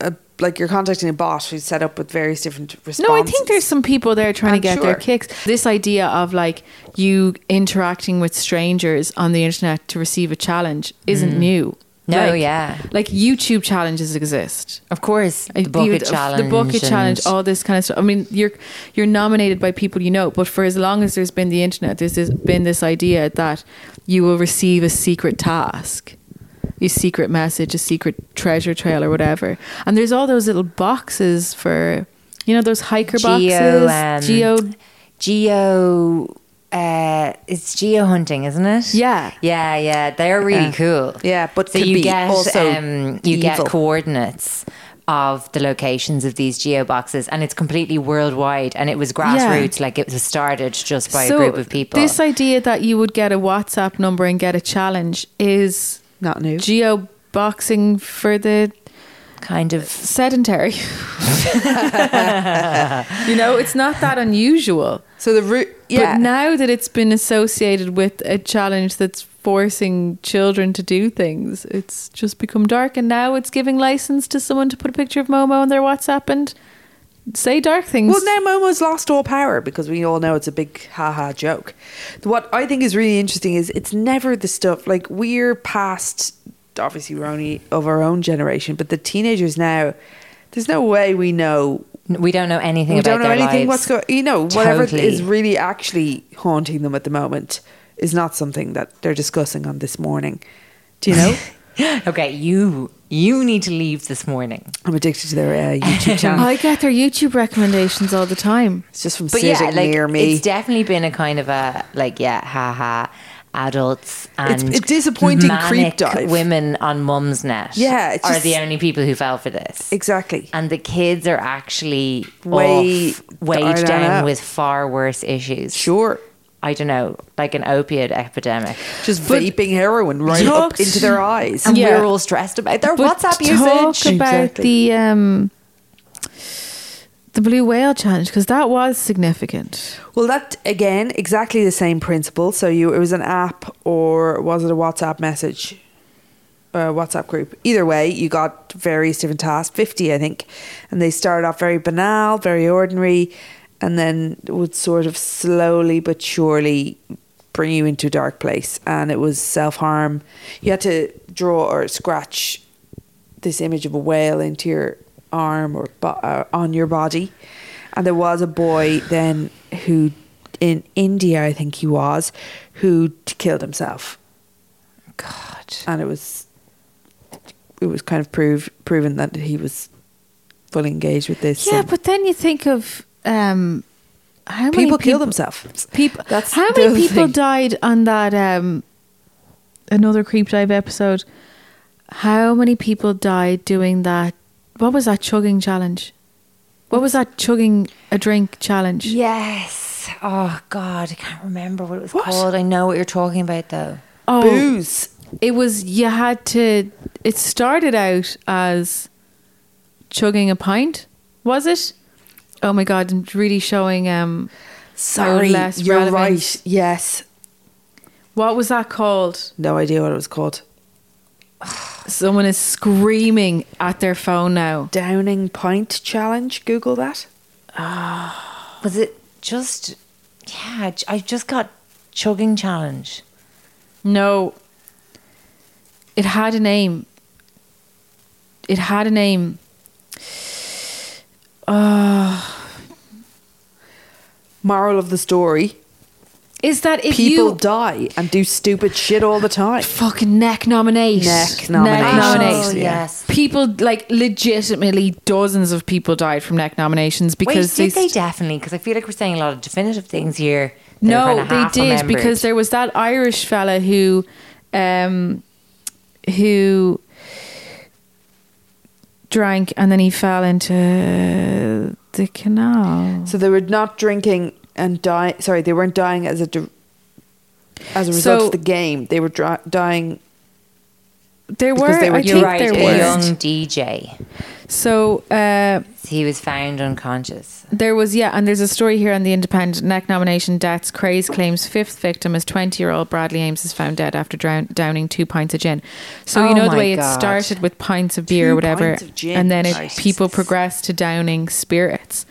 Speaker 3: uh, like you're contacting a bot who's set up with various different responses.
Speaker 2: No, I think there's some people there trying
Speaker 3: I'm
Speaker 2: to get
Speaker 3: sure.
Speaker 2: their kicks. This idea of like you interacting with strangers on the internet to receive a challenge isn't
Speaker 3: Mm.
Speaker 2: new.
Speaker 1: No,
Speaker 2: Like-
Speaker 1: yeah.
Speaker 2: Like YouTube challenges exist.
Speaker 1: Of course, the
Speaker 2: You-
Speaker 1: bucket challenge.
Speaker 2: the bucket
Speaker 1: and-
Speaker 2: challenge, Oh, all this kind of stuff. I mean, you're you're nominated by people you know, but for as long as there's been the internet, there's this, been this idea that you will receive a secret task, a secret message, a secret treasure trail, or whatever. And there's all those little boxes for, you know, those hiker boxes,
Speaker 1: Geo,
Speaker 2: geo.
Speaker 1: um, geo. Uh, it's geo hunting, isn't it?
Speaker 2: Yeah.
Speaker 1: yeah, yeah. They're really
Speaker 3: Yeah.
Speaker 1: cool.
Speaker 3: Yeah, but
Speaker 1: so
Speaker 3: could
Speaker 1: you
Speaker 3: be
Speaker 1: get
Speaker 3: also
Speaker 1: um, you
Speaker 3: evil.
Speaker 1: get coordinates of the locations of these geo boxes, and it's completely worldwide. And it was grassroots, like it was started just by a group of people.
Speaker 2: This idea that you would get a WhatsApp number and get a challenge is
Speaker 3: Not new.
Speaker 2: geo boxing for the
Speaker 1: kind of
Speaker 2: sedentary. <laughs> you know, it's not that unusual.
Speaker 3: so the root. Yeah,
Speaker 2: But now that it's been associated with a challenge that's forcing children to do things, it's just become dark. And now it's giving license to someone to put a picture of Momo on their WhatsApp and say dark things.
Speaker 3: Well, now Momo's lost all power because we all know it's a big haha joke. What I think is really interesting is it's never the stuff like we're past, obviously, we're only of our own generation, but the teenagers now, there's no way we know.
Speaker 1: we don't know anything.
Speaker 3: We
Speaker 1: about
Speaker 3: don't know
Speaker 1: their
Speaker 3: anything.
Speaker 1: lives.
Speaker 3: What's going? You know, whatever
Speaker 1: Totally.
Speaker 3: is really actually haunting them at the moment is not something that they're discussing on this morning. Do you know?
Speaker 1: <laughs> okay, you you need to leave this morning.
Speaker 3: I'm addicted to their uh,
Speaker 1: <laughs>
Speaker 3: YouTube channel.
Speaker 2: I get their YouTube recommendations all the time.
Speaker 3: It's just from sitting near me.
Speaker 1: It's definitely been a kind of a like, yeah, haha, adults
Speaker 3: It's-
Speaker 1: and
Speaker 3: a disappointing
Speaker 1: manic
Speaker 3: creep dive.
Speaker 1: Women on Mum's Net,
Speaker 3: Yeah, it's
Speaker 1: are
Speaker 3: just-
Speaker 1: the only people who fell for this.
Speaker 3: exactly.
Speaker 1: And the kids are actually
Speaker 3: Way-
Speaker 1: way
Speaker 3: I don't
Speaker 1: weighed down
Speaker 3: know.
Speaker 1: with far worse issues.
Speaker 3: Sure.
Speaker 1: I don't know, like an opiate epidemic.
Speaker 3: Just vaping heroin right up
Speaker 2: Talked-
Speaker 3: into their eyes.
Speaker 1: And
Speaker 2: Yeah.
Speaker 1: we're all stressed about their
Speaker 2: But
Speaker 1: WhatsApp
Speaker 2: talk
Speaker 1: usage.
Speaker 2: about the um, the blue whale challenge because that was significant.
Speaker 3: Well, that again, exactly the same principle. So you, it was an app, or was it a WhatsApp message, uh, WhatsApp group? Either way, you got various different tasks, fifty, I think, and they started off very banal, very ordinary, and then would sort of slowly but surely bring you into a dark place. And it was self harm. You had to draw or scratch this image of a whale into your arm or bo- uh, on your body. And there was a boy then who, in India, I think he was, who t- killed himself. God. And it was, it was kind of prove, proven that he was fully engaged with this.
Speaker 2: Yeah,
Speaker 3: and
Speaker 2: but then you think of um, how many
Speaker 3: people kill themselves.
Speaker 2: People,
Speaker 3: <laughs> That's
Speaker 2: how
Speaker 3: the
Speaker 2: many
Speaker 3: other
Speaker 2: people
Speaker 3: thing.
Speaker 2: died on that um, another creep dive episode? How many people died doing that? What was that chugging challenge? What was that chugging a drink challenge?
Speaker 1: Yes. Oh God, I can't remember what it was called. I know what you're talking about though.
Speaker 2: Oh,
Speaker 3: Booze.
Speaker 2: it was you had to it started out as chugging a pint was it oh my god and really showing um
Speaker 3: Sorry,
Speaker 2: less
Speaker 3: you're
Speaker 2: relevant.
Speaker 3: right. Yes.
Speaker 2: what was that called
Speaker 3: No idea what it was called.
Speaker 2: someone is screaming at their phone now
Speaker 3: Downing Pint Challenge. Google that.
Speaker 1: Was it just? Yeah, j- I just got chugging challenge.
Speaker 2: no it had a name it had a name
Speaker 3: Moral of the story
Speaker 2: is that if
Speaker 3: People
Speaker 2: you
Speaker 3: die and do stupid shit all the time.
Speaker 2: fucking neck nominate,
Speaker 3: Neck nomination,
Speaker 1: Oh,
Speaker 2: nominate.
Speaker 1: yes.
Speaker 2: People like legitimately dozens of people died from neck nominations
Speaker 1: Wait,
Speaker 2: because
Speaker 1: did they
Speaker 2: st-
Speaker 1: definitely? Because I feel like we're saying a lot of definitive things here. that are
Speaker 2: No,
Speaker 1: kinda
Speaker 2: they
Speaker 1: half
Speaker 2: did
Speaker 1: remembered.
Speaker 2: because there was that Irish fella who, um, who drank and then he fell into the canal.
Speaker 3: So they were not drinking and die. Sorry, they weren't dying as a di- as a result
Speaker 2: So-
Speaker 3: of the game. They were dri- dying.
Speaker 2: There
Speaker 3: Because
Speaker 2: were,
Speaker 3: they were
Speaker 2: I
Speaker 3: young.
Speaker 2: think
Speaker 1: you're right.
Speaker 2: there
Speaker 1: A young
Speaker 2: were.
Speaker 1: DJ.
Speaker 2: So uh,
Speaker 1: He was found unconscious.
Speaker 2: there was, yeah, and there's a story here on the Independent neck nomination deaths. Craze claims fifth victim is 20 year old Bradley Ames is found dead after drown- downing two pints of gin. So
Speaker 1: Oh
Speaker 2: you know
Speaker 1: my
Speaker 2: the way
Speaker 1: God.
Speaker 2: it started with pints of beer or
Speaker 3: Two
Speaker 2: whatever,
Speaker 3: pints of gin.
Speaker 2: and then it,
Speaker 3: Jesus.
Speaker 2: people progressed to downing spirits,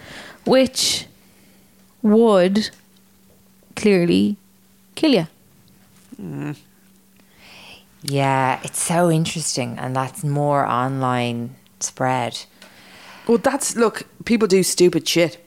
Speaker 2: which would clearly kill you.
Speaker 1: Yeah, it's so interesting, and that's more online spread.
Speaker 3: Well, that's look. People do stupid shit.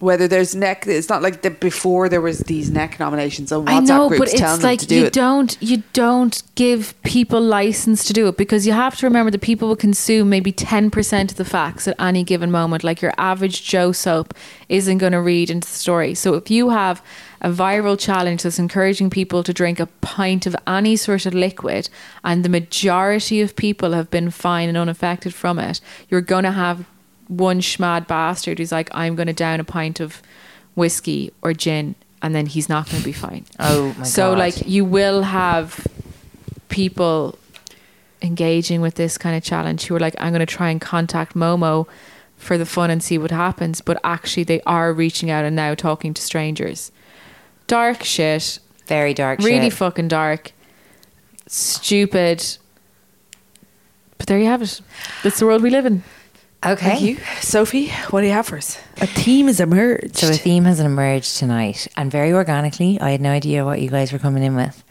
Speaker 3: Whether there's neck, it's not like that. Before there was these neck nominations on WhatsApp
Speaker 2: I know,
Speaker 3: groups
Speaker 2: but
Speaker 3: telling them
Speaker 2: it's like
Speaker 3: to do
Speaker 2: you
Speaker 3: it.
Speaker 2: don't you don't give people license to do it because you have to remember that people will consume maybe ten percent of the facts at any given moment. Like your average Joe soap isn't going to read into the story. So if you have a viral challenge that's encouraging people to drink a pint of any sort of liquid, and the majority of people have been fine and unaffected from it, you're going to have one schmad bastard who's like, "I'm going to down a pint of." whiskey or gin and then he's not going to be fine.
Speaker 1: Oh my
Speaker 2: so
Speaker 1: God.
Speaker 2: like you will have people engaging with this kind of challenge who are like I'm going to try and contact Momo for the fun and see what happens, but actually they are reaching out and now talking to strangers. Dark shit,
Speaker 1: Very dark.
Speaker 2: really
Speaker 1: shit.
Speaker 2: fucking dark. Stupid. But there you have it. That's the world we live in.
Speaker 1: okay.
Speaker 3: Thank you, Sophie. What do you have for us? A team has emerged.
Speaker 1: So a theme has emerged tonight, and very organically. I had no idea what you guys were coming in with,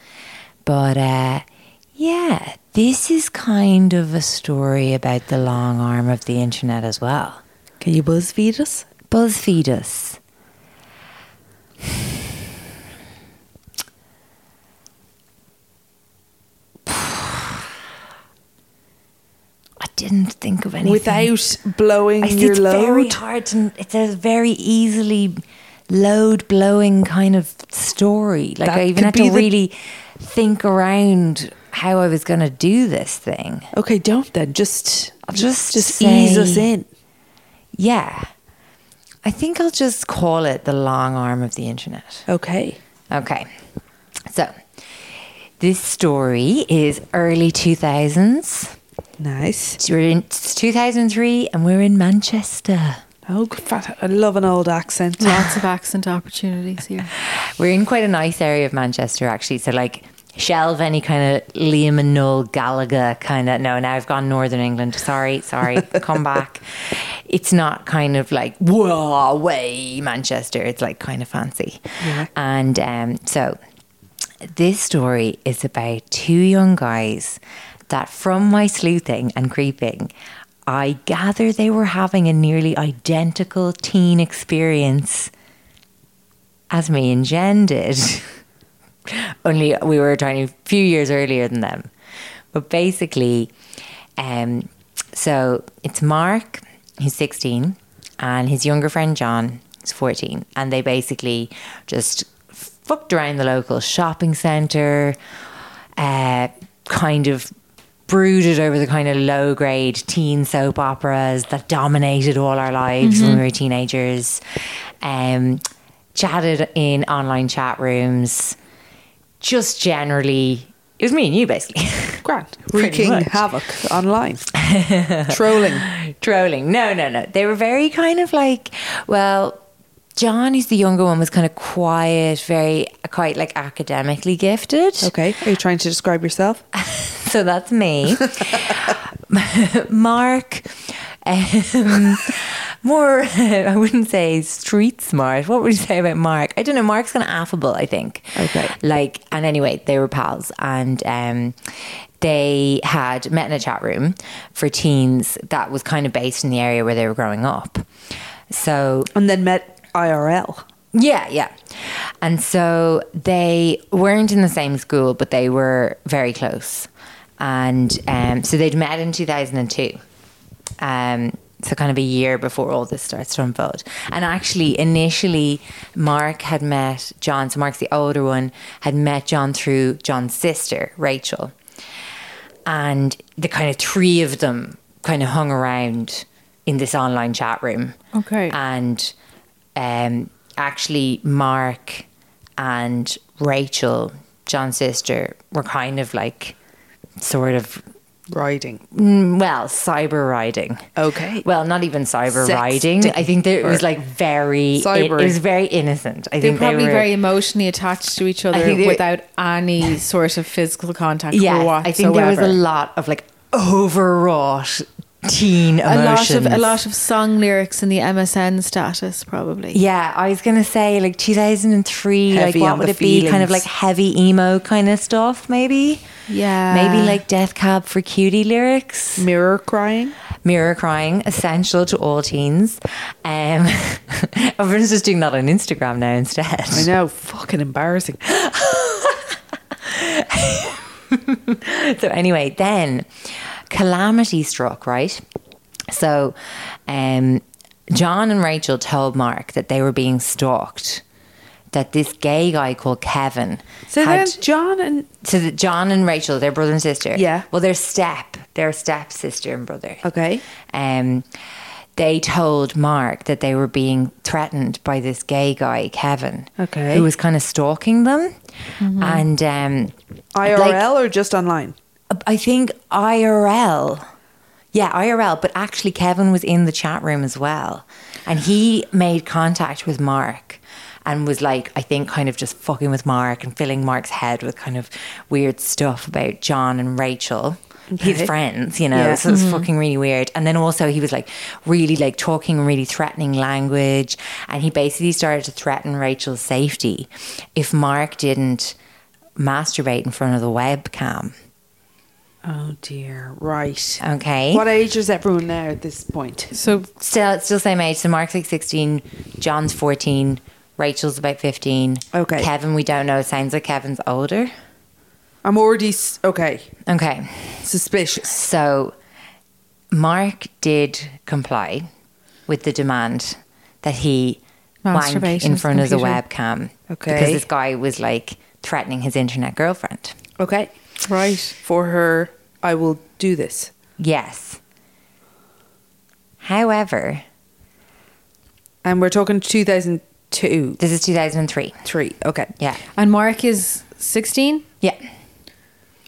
Speaker 1: but uh, yeah, this is kind of a story about the long arm of the internet as well.
Speaker 3: Can you BuzzFeed us?
Speaker 1: BuzzFeed us. <sighs> I didn't think of anything
Speaker 3: Without blowing
Speaker 1: I see
Speaker 3: your
Speaker 1: it's very
Speaker 3: load.
Speaker 1: hard to. It's a very easily load blowing kind of story. Like
Speaker 3: That
Speaker 1: I even
Speaker 3: could
Speaker 1: had
Speaker 3: be
Speaker 1: to
Speaker 3: the-
Speaker 1: really think around how I was going to do this thing.
Speaker 3: Okay, don't then. Just
Speaker 1: I'll just
Speaker 3: just
Speaker 1: say-
Speaker 3: ease us in.
Speaker 1: Yeah, I think I'll just call it the long arm of the internet.
Speaker 3: Okay.
Speaker 1: Okay, so this story is early two thousands.
Speaker 3: Nice.
Speaker 1: We're in two thousand three, and we're in Manchester.
Speaker 3: Oh, good fat. I love an old accent.
Speaker 2: Lots of accent opportunities here.
Speaker 1: We're in quite a nice area of Manchester, actually. So, like, shelve any kind of Liam and Noel Gallagher kind of. No, now I've gone Northern England. Sorry, sorry. Come back. It's not kind of like, whoa, way Manchester. It's like kind of fancy. And um, so, this story is about two young guys that, from my sleuthing and creeping, I gather they were having a nearly identical teen experience as me and Jen did. <laughs> Only we were a tiny few years earlier than them. But basically, um, so it's Mark, he's 16, and his younger friend John is 14. And they basically just fucked around the local shopping centre, uh, kind of brooded over the kind of low grade teen soap operas that dominated all our lives when we were teenagers. Um, chatted in online chat rooms, just generally. It was me and you basically. <laughs>
Speaker 3: Grant.
Speaker 1: Pretty
Speaker 3: <laughs> Wreaking
Speaker 1: much.
Speaker 3: havoc <laughs> online. Trolling.
Speaker 1: trolling. No, no, no. They were very kind of like, well, John, who's the younger one, was kind of quiet, very quite like academically gifted.
Speaker 3: Okay. Are you trying to describe yourself?
Speaker 1: So that's me. <laughs> Mark, um, more, I wouldn't say street smart. What would you say about Mark? I don't know. Mark's kind of affable, I think.
Speaker 3: Okay.
Speaker 1: Like, and anyway, they were pals and um, they had met in a chat room for teens that was kind of based in the area where they were growing up. So
Speaker 3: And then met IRL.
Speaker 1: Yeah, yeah. And so they weren't in the same school, but they were very close. And um, so they'd met in 2002. Um, so kind of a year before all this starts to unfold. And actually, initially, Mark had met John. So Mark's the older one, had met John through John's sister, Rachel. And the kind of three of them kind of hung around in this online chat room.
Speaker 2: Okay.
Speaker 1: And um, actually, Mark and Rachel, John's sister, were kind of like sort of
Speaker 3: Riding.
Speaker 1: well, cyber riding.
Speaker 3: Okay.
Speaker 1: Well, not even cyber
Speaker 3: Sexting.
Speaker 1: riding. I think that it was like very. It, it
Speaker 3: Cyber.
Speaker 1: was very innocent. I
Speaker 2: They're
Speaker 1: think
Speaker 2: probably
Speaker 1: they were,
Speaker 2: very emotionally attached to each other
Speaker 1: think they-
Speaker 2: without any sort of physical contact
Speaker 1: Yes,
Speaker 2: whatsoever.
Speaker 1: I think there was a lot of like overwrought teen
Speaker 2: A lot
Speaker 1: emotions.
Speaker 2: of a lot of song lyrics in the MSN status, probably.
Speaker 1: Yeah, I was gonna say like 2003.
Speaker 3: Heavy
Speaker 1: like, what
Speaker 3: on
Speaker 1: would
Speaker 3: the
Speaker 1: it be? Kind of like
Speaker 3: feelings.
Speaker 1: heavy emo kind of stuff, maybe.
Speaker 2: Yeah.
Speaker 1: Maybe like Death Cab for Cutie lyrics.
Speaker 3: Mirror crying.
Speaker 1: mirror crying essential to all teens um <laughs> everyone's just doing that on instagram now instead
Speaker 3: I know. Fucking <gasps> embarrassing.
Speaker 1: so anyway then calamity struck right so um john and rachel told mark that they were being stalked that this gay guy called kevin
Speaker 3: So
Speaker 1: had-
Speaker 3: then John and
Speaker 1: so that John and Rachel, they're brother and sister.
Speaker 3: Yeah. Oh.
Speaker 1: Well, they're step, they're step sister and brother.
Speaker 3: Okay.
Speaker 1: Um, they told Mark that they were being threatened by this gay guy, Kevin.
Speaker 3: Okay. Mm-hmm.
Speaker 1: Who was kind of stalking them, and um,
Speaker 3: IRL
Speaker 1: like-
Speaker 3: or just online?
Speaker 1: I think IRL. Yeah, IRL. But actually, Kevin was in the chat room as well. And he made contact with Mark and was like, I think, kind of just fucking with Mark and filling Mark's head with kind of weird stuff about John and Rachel. His friends, you know,
Speaker 3: Yeah.
Speaker 1: so it was fucking really weird. And then also he was like really like talking really threatening language, and he basically started to threaten Rachel's safety if Mark didn't masturbate in front of the webcam.
Speaker 3: Oh dear. Right.
Speaker 1: Okay.
Speaker 3: What age is everyone now at this point?
Speaker 2: So
Speaker 1: still still same age. So Mark's like sixteen, John's fourteen, Rachel's about fifteen.
Speaker 3: Okay.
Speaker 1: Kevin, we don't know. It sounds like Kevin's older.
Speaker 3: I'm already s- okay.
Speaker 1: Okay.
Speaker 3: Suspicious.
Speaker 1: So Mark did comply with the demand that he wank
Speaker 2: Masturbate
Speaker 1: in
Speaker 2: his
Speaker 1: front of the
Speaker 2: computer.
Speaker 1: webcam. Because
Speaker 3: Okay.
Speaker 1: this guy was like threatening his internet girlfriend.
Speaker 3: Okay. Right. For her, I will do this.
Speaker 1: Yes. However,
Speaker 3: And we're talking 2002,
Speaker 1: this is 2003.
Speaker 3: three. Okay.
Speaker 1: Yeah.
Speaker 2: and Mark is sixteen.
Speaker 1: Yeah.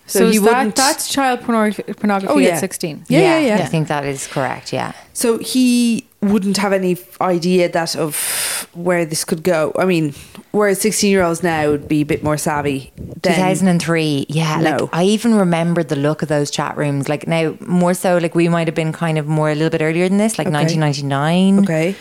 Speaker 3: So
Speaker 2: So,
Speaker 3: you
Speaker 2: is that-
Speaker 3: wouldn't-
Speaker 2: that's child pornogra- pornography
Speaker 3: Oh, yeah.
Speaker 2: at sixteen.
Speaker 3: Yeah, yeah, yeah.
Speaker 1: I think that is correct. Yeah.
Speaker 3: So he wouldn't have any idea that of where this could go. I mean, whereas 16 year olds now would be a bit more savvy. Then,
Speaker 1: 2003 yeah
Speaker 3: No.
Speaker 1: like i even remembered the look of those chat rooms like now more so like we might have been kind of more a little bit earlier than this like 1999
Speaker 3: Okay.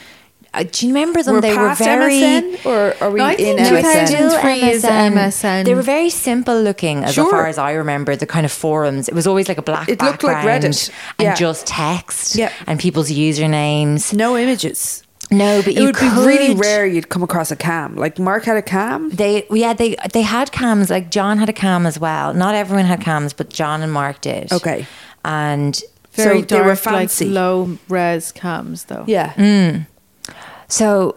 Speaker 1: Uh, do you remember them
Speaker 3: We're
Speaker 1: they
Speaker 3: past
Speaker 1: were very
Speaker 3: MSN or are we
Speaker 2: No, I
Speaker 3: in
Speaker 2: think
Speaker 1: No, it's
Speaker 2: 2000.
Speaker 3: MSN?
Speaker 1: still
Speaker 2: 2003 is MSN.
Speaker 1: They were very simple looking, as
Speaker 3: Sure.
Speaker 1: far as I remember. The kind of forums. It was always like a black.
Speaker 3: It looked like
Speaker 1: background
Speaker 3: Reddit.
Speaker 1: and
Speaker 3: Yeah.
Speaker 1: just text.
Speaker 3: Yeah.
Speaker 1: and people's usernames.
Speaker 3: No images.
Speaker 1: No, but
Speaker 3: It
Speaker 1: you
Speaker 3: would be really
Speaker 1: could-
Speaker 3: rare you'd come across a cam. Like Mark had a cam.
Speaker 1: They yeah they they had cams. Like John had a cam as well. Not everyone had cams, but John and Mark did.
Speaker 3: Okay.
Speaker 1: and
Speaker 2: Very
Speaker 3: So they
Speaker 2: dark,
Speaker 3: were fancy.
Speaker 2: like low res cams though.
Speaker 3: Yeah.
Speaker 1: So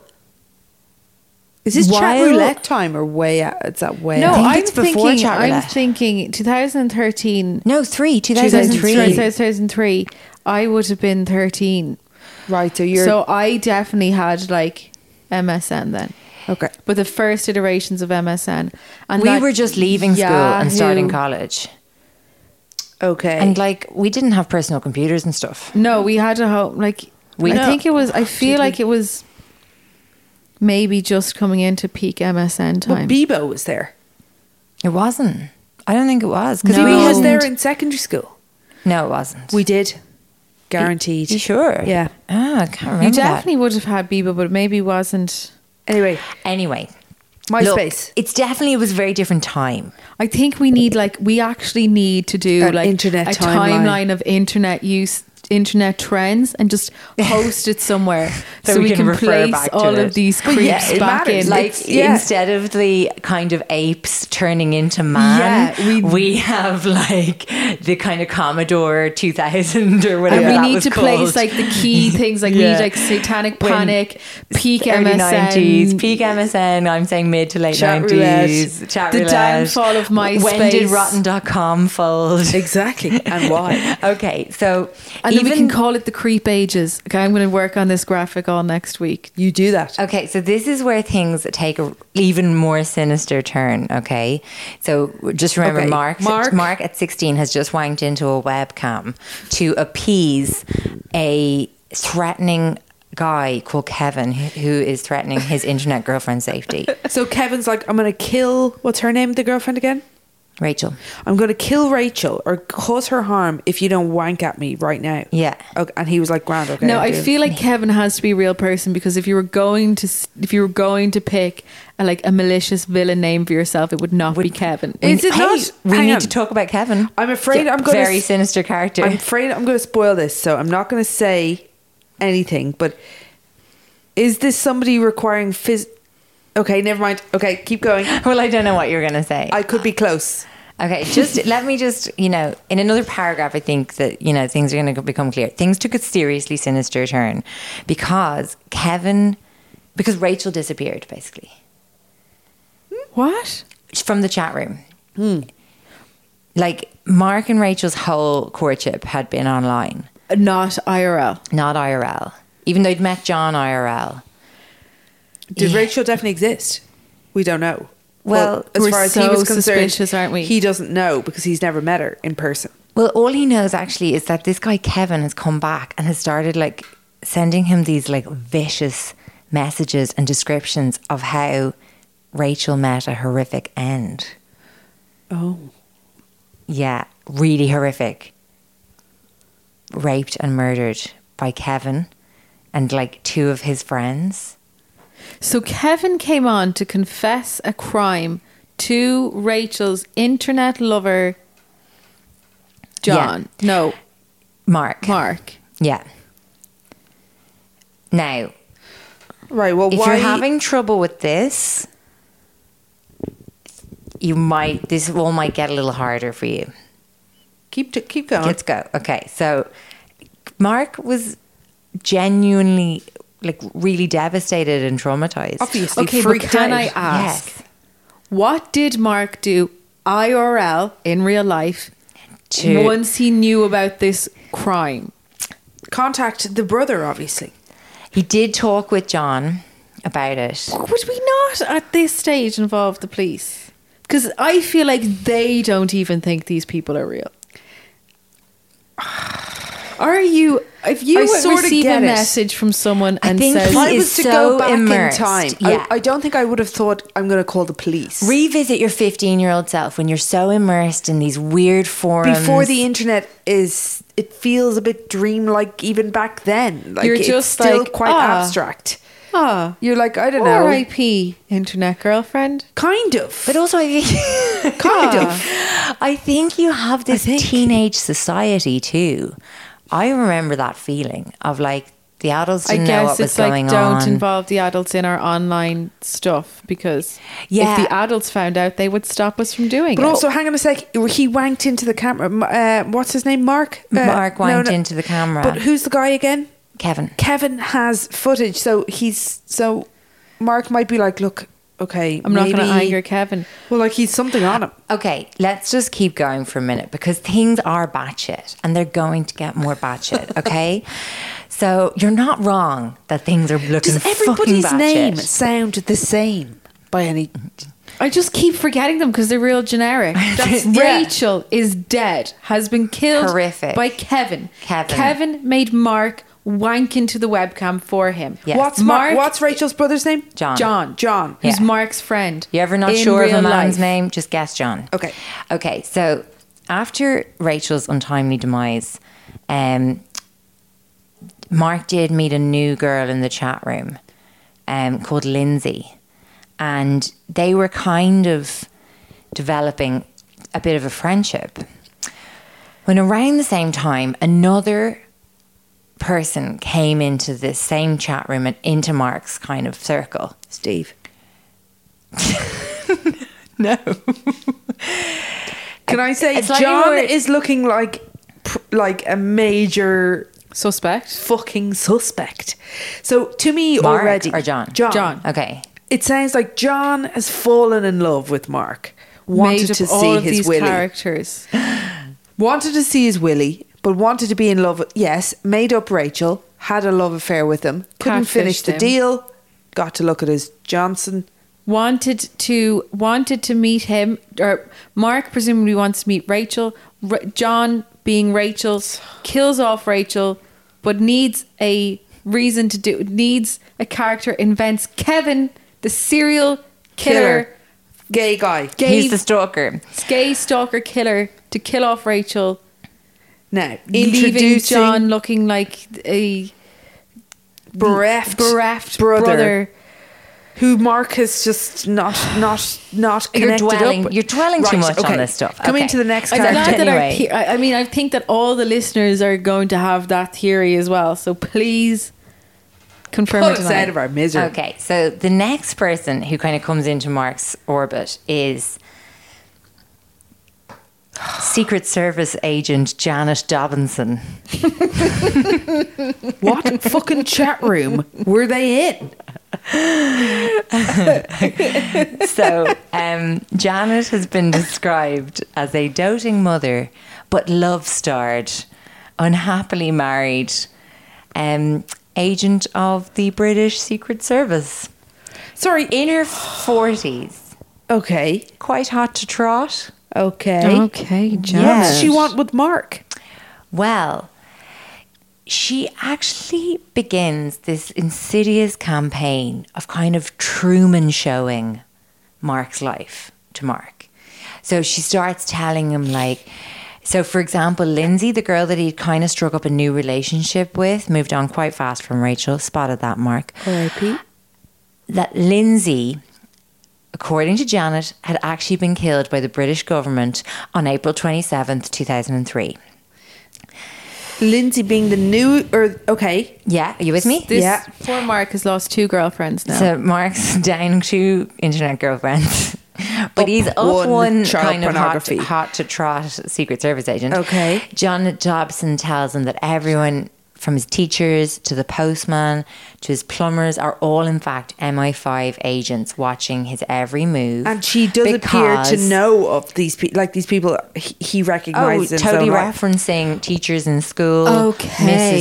Speaker 3: Is this chat
Speaker 1: While-
Speaker 3: roulette time or way out? It's that way
Speaker 2: No,
Speaker 3: out?
Speaker 1: think
Speaker 2: I am
Speaker 1: it's before
Speaker 2: thinking.
Speaker 1: Chat
Speaker 2: Oh, I'm
Speaker 1: Roulette.
Speaker 2: thinking 2013.
Speaker 1: no, three two thousand
Speaker 2: 2003.
Speaker 1: three.
Speaker 2: 2003. I would have been 13.
Speaker 3: Right. So you're.
Speaker 2: so I definitely had like MSN then.
Speaker 3: okay.
Speaker 2: But the first iterations of MSN. And
Speaker 1: We
Speaker 2: that
Speaker 1: were just leaving school and starting
Speaker 2: Yahoo-
Speaker 1: college,
Speaker 3: Okay.
Speaker 1: and like we didn't have personal computers and stuff.
Speaker 2: No, we had a home. Like,
Speaker 1: We-
Speaker 2: I
Speaker 1: No.
Speaker 2: think it was, I feel like it was maybe just coming into peak MSN
Speaker 3: but
Speaker 2: time.
Speaker 3: Bebo was there.
Speaker 1: It wasn't. I don't think it was because
Speaker 2: No.
Speaker 3: Bebo was
Speaker 2: No.
Speaker 3: there in secondary school.
Speaker 1: No, it wasn't.
Speaker 3: We did. Guaranteed.
Speaker 1: you sure?
Speaker 3: Yeah.
Speaker 1: Ah, I can't remember.
Speaker 2: you
Speaker 1: that.
Speaker 2: definitely would have had Bieber, but maybe wasn't.
Speaker 3: Anyway,
Speaker 1: Anyway, look,
Speaker 3: MySpace.
Speaker 1: it's definitely it was a very different time.
Speaker 2: I think we need like we actually need to do
Speaker 3: An
Speaker 2: like
Speaker 3: internet
Speaker 2: a
Speaker 3: timeline.
Speaker 2: timeline. of internet use internet trends
Speaker 1: <laughs>
Speaker 2: and just host it somewhere
Speaker 1: So
Speaker 2: so,
Speaker 1: we
Speaker 2: we
Speaker 1: can
Speaker 2: can,
Speaker 1: refer
Speaker 2: place
Speaker 1: back to
Speaker 2: all
Speaker 1: it.
Speaker 2: of these creeps
Speaker 1: it
Speaker 2: back
Speaker 1: matters.
Speaker 2: in.
Speaker 1: Like
Speaker 3: yeah.
Speaker 1: instead of the kind of apes turning into man,
Speaker 2: Yeah,
Speaker 1: we,
Speaker 2: we-
Speaker 1: have like the kind of Commodore 2000 or whatever.
Speaker 2: and we
Speaker 1: that
Speaker 2: need
Speaker 1: was
Speaker 2: to
Speaker 1: called.
Speaker 2: place like the
Speaker 1: <laughs>
Speaker 2: key things like we
Speaker 1: Yeah.
Speaker 2: need like satanic
Speaker 1: When
Speaker 2: panic, peak
Speaker 1: early
Speaker 2: MSN,
Speaker 1: 90s, peak MSN. I'm saying mid to late
Speaker 3: Chat
Speaker 1: 90s. Chat
Speaker 2: The
Speaker 1: roulette.
Speaker 2: downfall of
Speaker 1: When did
Speaker 2: MySpace.
Speaker 1: Rotten.com fold?
Speaker 2: <laughs>
Speaker 3: Exactly. And
Speaker 1: <laughs>
Speaker 3: why?
Speaker 1: okay, so
Speaker 2: and
Speaker 1: even
Speaker 2: then we can call it the creep ages. Okay, I'm going to work on this graphic all next week.
Speaker 3: You do that.
Speaker 1: Okay, so this is where things take an even more sinister turn. Okay, so just remember,
Speaker 3: Okay,
Speaker 1: Mark,
Speaker 3: Mark-
Speaker 1: Mark at sixteen has just wanked into a webcam to appease a threatening guy called Kevin, who who is threatening his internet girlfriend's
Speaker 2: <laughs>
Speaker 1: safety.
Speaker 3: So Kevin's like, I'm going to kill, what's her name, the girlfriend again?
Speaker 1: Rachel,
Speaker 3: I'm going to kill Rachel or cause her harm if you don't wank at me right now.
Speaker 1: Yeah.
Speaker 3: Okay. And he was like, grand, okay.
Speaker 2: No,
Speaker 3: I'll
Speaker 2: I
Speaker 3: do it."
Speaker 2: feel like Kevin has to be a real person because if you were going to s- if you were going to pick a, like a malicious villain name for yourself, it would not be Kevin.
Speaker 3: Is it
Speaker 1: hey,
Speaker 3: not?
Speaker 1: We
Speaker 3: Hang
Speaker 1: need
Speaker 3: on.
Speaker 1: to talk about Kevin.
Speaker 3: I'm afraid I'm gonna
Speaker 1: very
Speaker 3: s-
Speaker 1: sinister character.
Speaker 3: I'm afraid I'm going to spoil this, so I'm not going to say anything. But is this somebody requiring phys? Okay, never mind. Okay, keep going.
Speaker 1: well, I don't know what you're going to say.
Speaker 3: I could be close.
Speaker 1: Okay, just <laughs> let me just, you know, in another paragraph, I think that, you know, things are going to become clear. Things took a seriously sinister turn because Kevin, because Rachel disappeared basically
Speaker 2: What?
Speaker 1: from the chat room. Like Mark and Rachel's whole courtship had been online,
Speaker 2: Uh, Not IRL.
Speaker 1: not IRL, even though they'd met John IRL.
Speaker 3: Did Rachel definitely exist? We don't know.
Speaker 1: Well,
Speaker 3: as
Speaker 2: we're
Speaker 3: far as he
Speaker 2: so
Speaker 3: was concerned,
Speaker 2: suspicious, aren't we?
Speaker 3: He doesn't know because he's never met her in person.
Speaker 1: Well, all he knows actually is that this guy Kevin has come back and has started like sending him these like vicious messages and descriptions of how Rachel met a horrific end.
Speaker 3: Oh,
Speaker 1: Yeah, really horrific. Raped and murdered by Kevin and like two of his friends.
Speaker 2: So Kevin came on to confess a crime to Rachel's internet lover, John. No,
Speaker 1: Mark.
Speaker 2: Mark.
Speaker 1: Yeah. Now,
Speaker 3: right. Well,
Speaker 1: if
Speaker 3: why?
Speaker 1: you're having trouble with this, you might this all might get a little harder for you.
Speaker 3: keep t- keep going.
Speaker 1: Let's go. Okay, so Mark was genuinely like really devastated and traumatized.
Speaker 3: Obviously,
Speaker 2: Okay, but
Speaker 3: freaked
Speaker 2: can
Speaker 3: out.
Speaker 2: I ask what did Mark do IRL in real life
Speaker 1: To-
Speaker 2: once he knew about this crime?
Speaker 3: Contact the brother, obviously.
Speaker 1: He did talk with John about it.
Speaker 2: Would we not at this stage involve the police? Because I feel like they don't even think these people are real. <sighs> Are you? If you
Speaker 3: I sorta
Speaker 2: receive a
Speaker 3: get it.
Speaker 2: message from someone
Speaker 1: I
Speaker 2: and
Speaker 1: think
Speaker 2: says,
Speaker 3: If
Speaker 1: He
Speaker 3: I
Speaker 1: is
Speaker 3: was to
Speaker 1: so
Speaker 3: go back
Speaker 1: immersed,
Speaker 3: in time,
Speaker 1: yeah.
Speaker 3: I, I don't think I would have thought I'm going to call the police.
Speaker 1: Revisit your 15 year old self when you're so immersed in these weird forums.
Speaker 3: before the internet is it feels a bit dreamlike even back then like
Speaker 2: You're
Speaker 3: it's
Speaker 2: just
Speaker 3: still
Speaker 2: like,
Speaker 3: quite
Speaker 2: ah.
Speaker 3: abstract
Speaker 2: "Ah,
Speaker 3: you're like i don't know
Speaker 2: R.I.P. Internet girlfriend."
Speaker 3: kind of
Speaker 1: But also, I think, <laughs>
Speaker 3: kind
Speaker 2: Ah.
Speaker 3: of
Speaker 1: I think you have this teenage society too. I remember that feeling of like the adults
Speaker 2: I
Speaker 1: didn't know what
Speaker 2: guess
Speaker 1: was
Speaker 2: it's like
Speaker 1: going
Speaker 2: don't
Speaker 1: on.
Speaker 2: involve the adults in our online stuff because
Speaker 1: Yeah.
Speaker 2: if the adults found out, they would stop us from doing
Speaker 3: but
Speaker 2: it.
Speaker 3: also hang on a sec he wanked into the camera M- uh, what's his name mark Uh,
Speaker 1: Mark wanked into the camera.
Speaker 3: but who's the guy again
Speaker 1: Kevin.
Speaker 3: kevin has footage so he's so mark might be like look okay
Speaker 2: I'm not going to
Speaker 3: maybe-
Speaker 2: anger Kevin.
Speaker 3: well like he's something on him
Speaker 1: Okay, let's just keep going for a minute because things are batshit and they're going to get more batshit, okay? so you're not wrong that things are looking
Speaker 3: does
Speaker 1: fucking
Speaker 3: everybody's
Speaker 1: batshit.
Speaker 3: name sound the same by any
Speaker 2: I just keep forgetting them because they're real <laughs> generic. That's
Speaker 3: Yeah.
Speaker 2: Rachel is dead, has been killed
Speaker 1: Horrific.
Speaker 2: by Kevin.
Speaker 1: Kevin.
Speaker 2: Kevin made Mark wank into the webcam for him.
Speaker 1: Yes.
Speaker 3: what's mark,
Speaker 2: Mark?
Speaker 3: what's rachel's brother's name
Speaker 1: John.
Speaker 2: John.
Speaker 3: John.
Speaker 2: Who's
Speaker 1: Yeah.
Speaker 2: Mark's friend.
Speaker 1: You ever not
Speaker 2: in
Speaker 1: sure of a
Speaker 2: real
Speaker 1: man's
Speaker 2: life.
Speaker 1: name? Just guess John.
Speaker 3: Okay.
Speaker 1: Okay, so after Rachel's untimely demise, um, Mark did meet a new girl in the chat room um, called Lindsay. And they were kind of developing a bit of a friendship. When around the same time, another person came into this same chat room and into Mark's kind of circle?
Speaker 3: Steve.
Speaker 1: No.
Speaker 3: Can I say
Speaker 1: It's like you
Speaker 3: John
Speaker 1: were-
Speaker 3: is looking like pr- like a major
Speaker 2: Suspect.
Speaker 3: fucking suspect. So to me
Speaker 1: Mark
Speaker 3: already
Speaker 1: or John?
Speaker 3: John.
Speaker 2: John.
Speaker 1: Okay.
Speaker 3: It sounds like John has fallen in love with Mark. Wanted
Speaker 2: Made up
Speaker 3: to
Speaker 2: all
Speaker 3: see
Speaker 2: of
Speaker 3: his
Speaker 2: these
Speaker 3: Willie.
Speaker 2: characters.
Speaker 3: wanted to see his Willie, but wanted to be in love. with Yes, made up Rachel, had a love affair with him, couldn't finish
Speaker 2: Catfished
Speaker 3: the
Speaker 2: him.
Speaker 3: deal, got to look at his Johnson.
Speaker 2: Wanted to wanted to meet him or Mark presumably wants to meet Rachel. Ra John being Rachel kills off Rachel, but needs a reason to do needs a character invents Kevin the serial killer.
Speaker 3: Killer. Gay guy.
Speaker 2: gay
Speaker 1: He's the stalker.
Speaker 2: gay stalker killer to kill off Rachel,
Speaker 3: Now,
Speaker 2: leaving
Speaker 3: introducing
Speaker 2: John looking like a
Speaker 3: bereft,
Speaker 2: bereft brother.
Speaker 3: brother, who Mark has just not, not, not
Speaker 1: You're
Speaker 3: connected
Speaker 1: dwelling-
Speaker 3: up.
Speaker 1: you're dwelling too much on this stuff.
Speaker 3: Coming
Speaker 1: Okay.
Speaker 3: to the next
Speaker 2: I'm
Speaker 3: character.
Speaker 2: glad that our,
Speaker 1: Anyway.
Speaker 2: the- I I mean, I think that all the listeners are going to have that theory as well. So please confirm
Speaker 3: Pull
Speaker 2: it
Speaker 3: us out of our misery.
Speaker 1: Okay, so the next person who kind of comes into Mark's orbit is Secret Service agent Janet Dobinson.
Speaker 3: What fucking chat room were they in? <laughs>
Speaker 1: So, um, Janet has been described as a doting mother, but love starred, unhappily married, um, agent of the British Secret Service.
Speaker 3: Sorry.
Speaker 1: In her 40s,
Speaker 3: Okay.
Speaker 1: quite hot to trot.
Speaker 3: Okay.
Speaker 2: Uh-huh. Okay, John.
Speaker 3: What does she want with Mark?
Speaker 1: Well, she actually begins this insidious campaign of kind of Truman showing Mark's life to Mark. So she starts telling him, like, so for example, Lindsay, the girl that he'd kind of struck up a new relationship with, moved on quite fast from Rachel, spotted that Mark. That Lindsay according to Janet, had actually been killed by the British government on April 27th, 2003.
Speaker 3: Lindsay being the new, or okay,
Speaker 1: Yeah, are you with me?
Speaker 2: This
Speaker 3: Yeah.
Speaker 2: poor Mark has lost two girlfriends now.
Speaker 1: So Mark's <laughs> down two internet girlfriends. <laughs> But
Speaker 3: Up
Speaker 1: he's up
Speaker 3: one
Speaker 1: one,
Speaker 3: child
Speaker 1: kind of hot
Speaker 3: pornography.
Speaker 1: to, hot to trot Secret Service agent.
Speaker 3: Okay.
Speaker 1: John Dobson tells him that everyone from his teachers to the postman to his plumbers are all in fact MI5 agents watching his every move.
Speaker 3: and she does appear to
Speaker 1: because-
Speaker 3: know of these people. Like these people, he, he
Speaker 1: Oh,
Speaker 3: recognizes. in his
Speaker 1: totally
Speaker 3: own life.
Speaker 1: referencing teachers in school.
Speaker 2: Okay.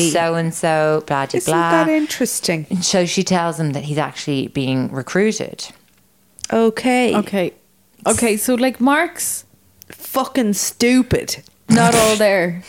Speaker 1: Mrs. So and so, blah, blah,
Speaker 3: Isn't
Speaker 1: blah.
Speaker 3: that interesting?
Speaker 1: and so she tells him that he's actually being recruited.
Speaker 3: Okay.
Speaker 2: okay, okay. So like Mark's
Speaker 3: Fucking stupid.
Speaker 2: not all <laughs> there.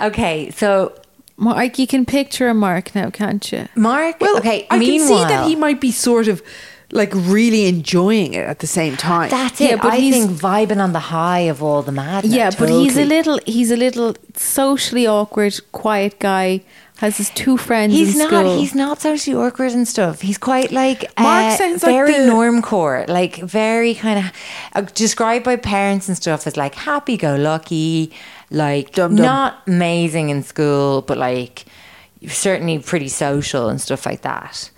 Speaker 1: Okay, so
Speaker 2: Mark, you can picture a Mark now, can't you?
Speaker 1: Mark.
Speaker 3: Well,
Speaker 1: okay,
Speaker 3: I
Speaker 1: meanwhile,
Speaker 3: can see that he might be sort of like really enjoying it at the same time.
Speaker 1: That's
Speaker 2: Yeah,
Speaker 1: it.
Speaker 2: but
Speaker 1: I
Speaker 2: he's-
Speaker 1: think vibing on the high of all the madness.
Speaker 2: Yeah, but he's a
Speaker 3: totally.
Speaker 2: little he's a little socially awkward, quiet guy. Has his two friends
Speaker 1: He's
Speaker 2: in
Speaker 1: not.
Speaker 2: school.
Speaker 1: He's not socially awkward and stuff. He's quite like
Speaker 3: Mark
Speaker 1: uh,
Speaker 3: sounds like
Speaker 1: very
Speaker 3: the-
Speaker 1: normcore, like very kind of uh, described by parents and stuff as like happy-go-lucky, like
Speaker 3: Dum-dum.
Speaker 1: not amazing in school, but like certainly pretty social and stuff like that.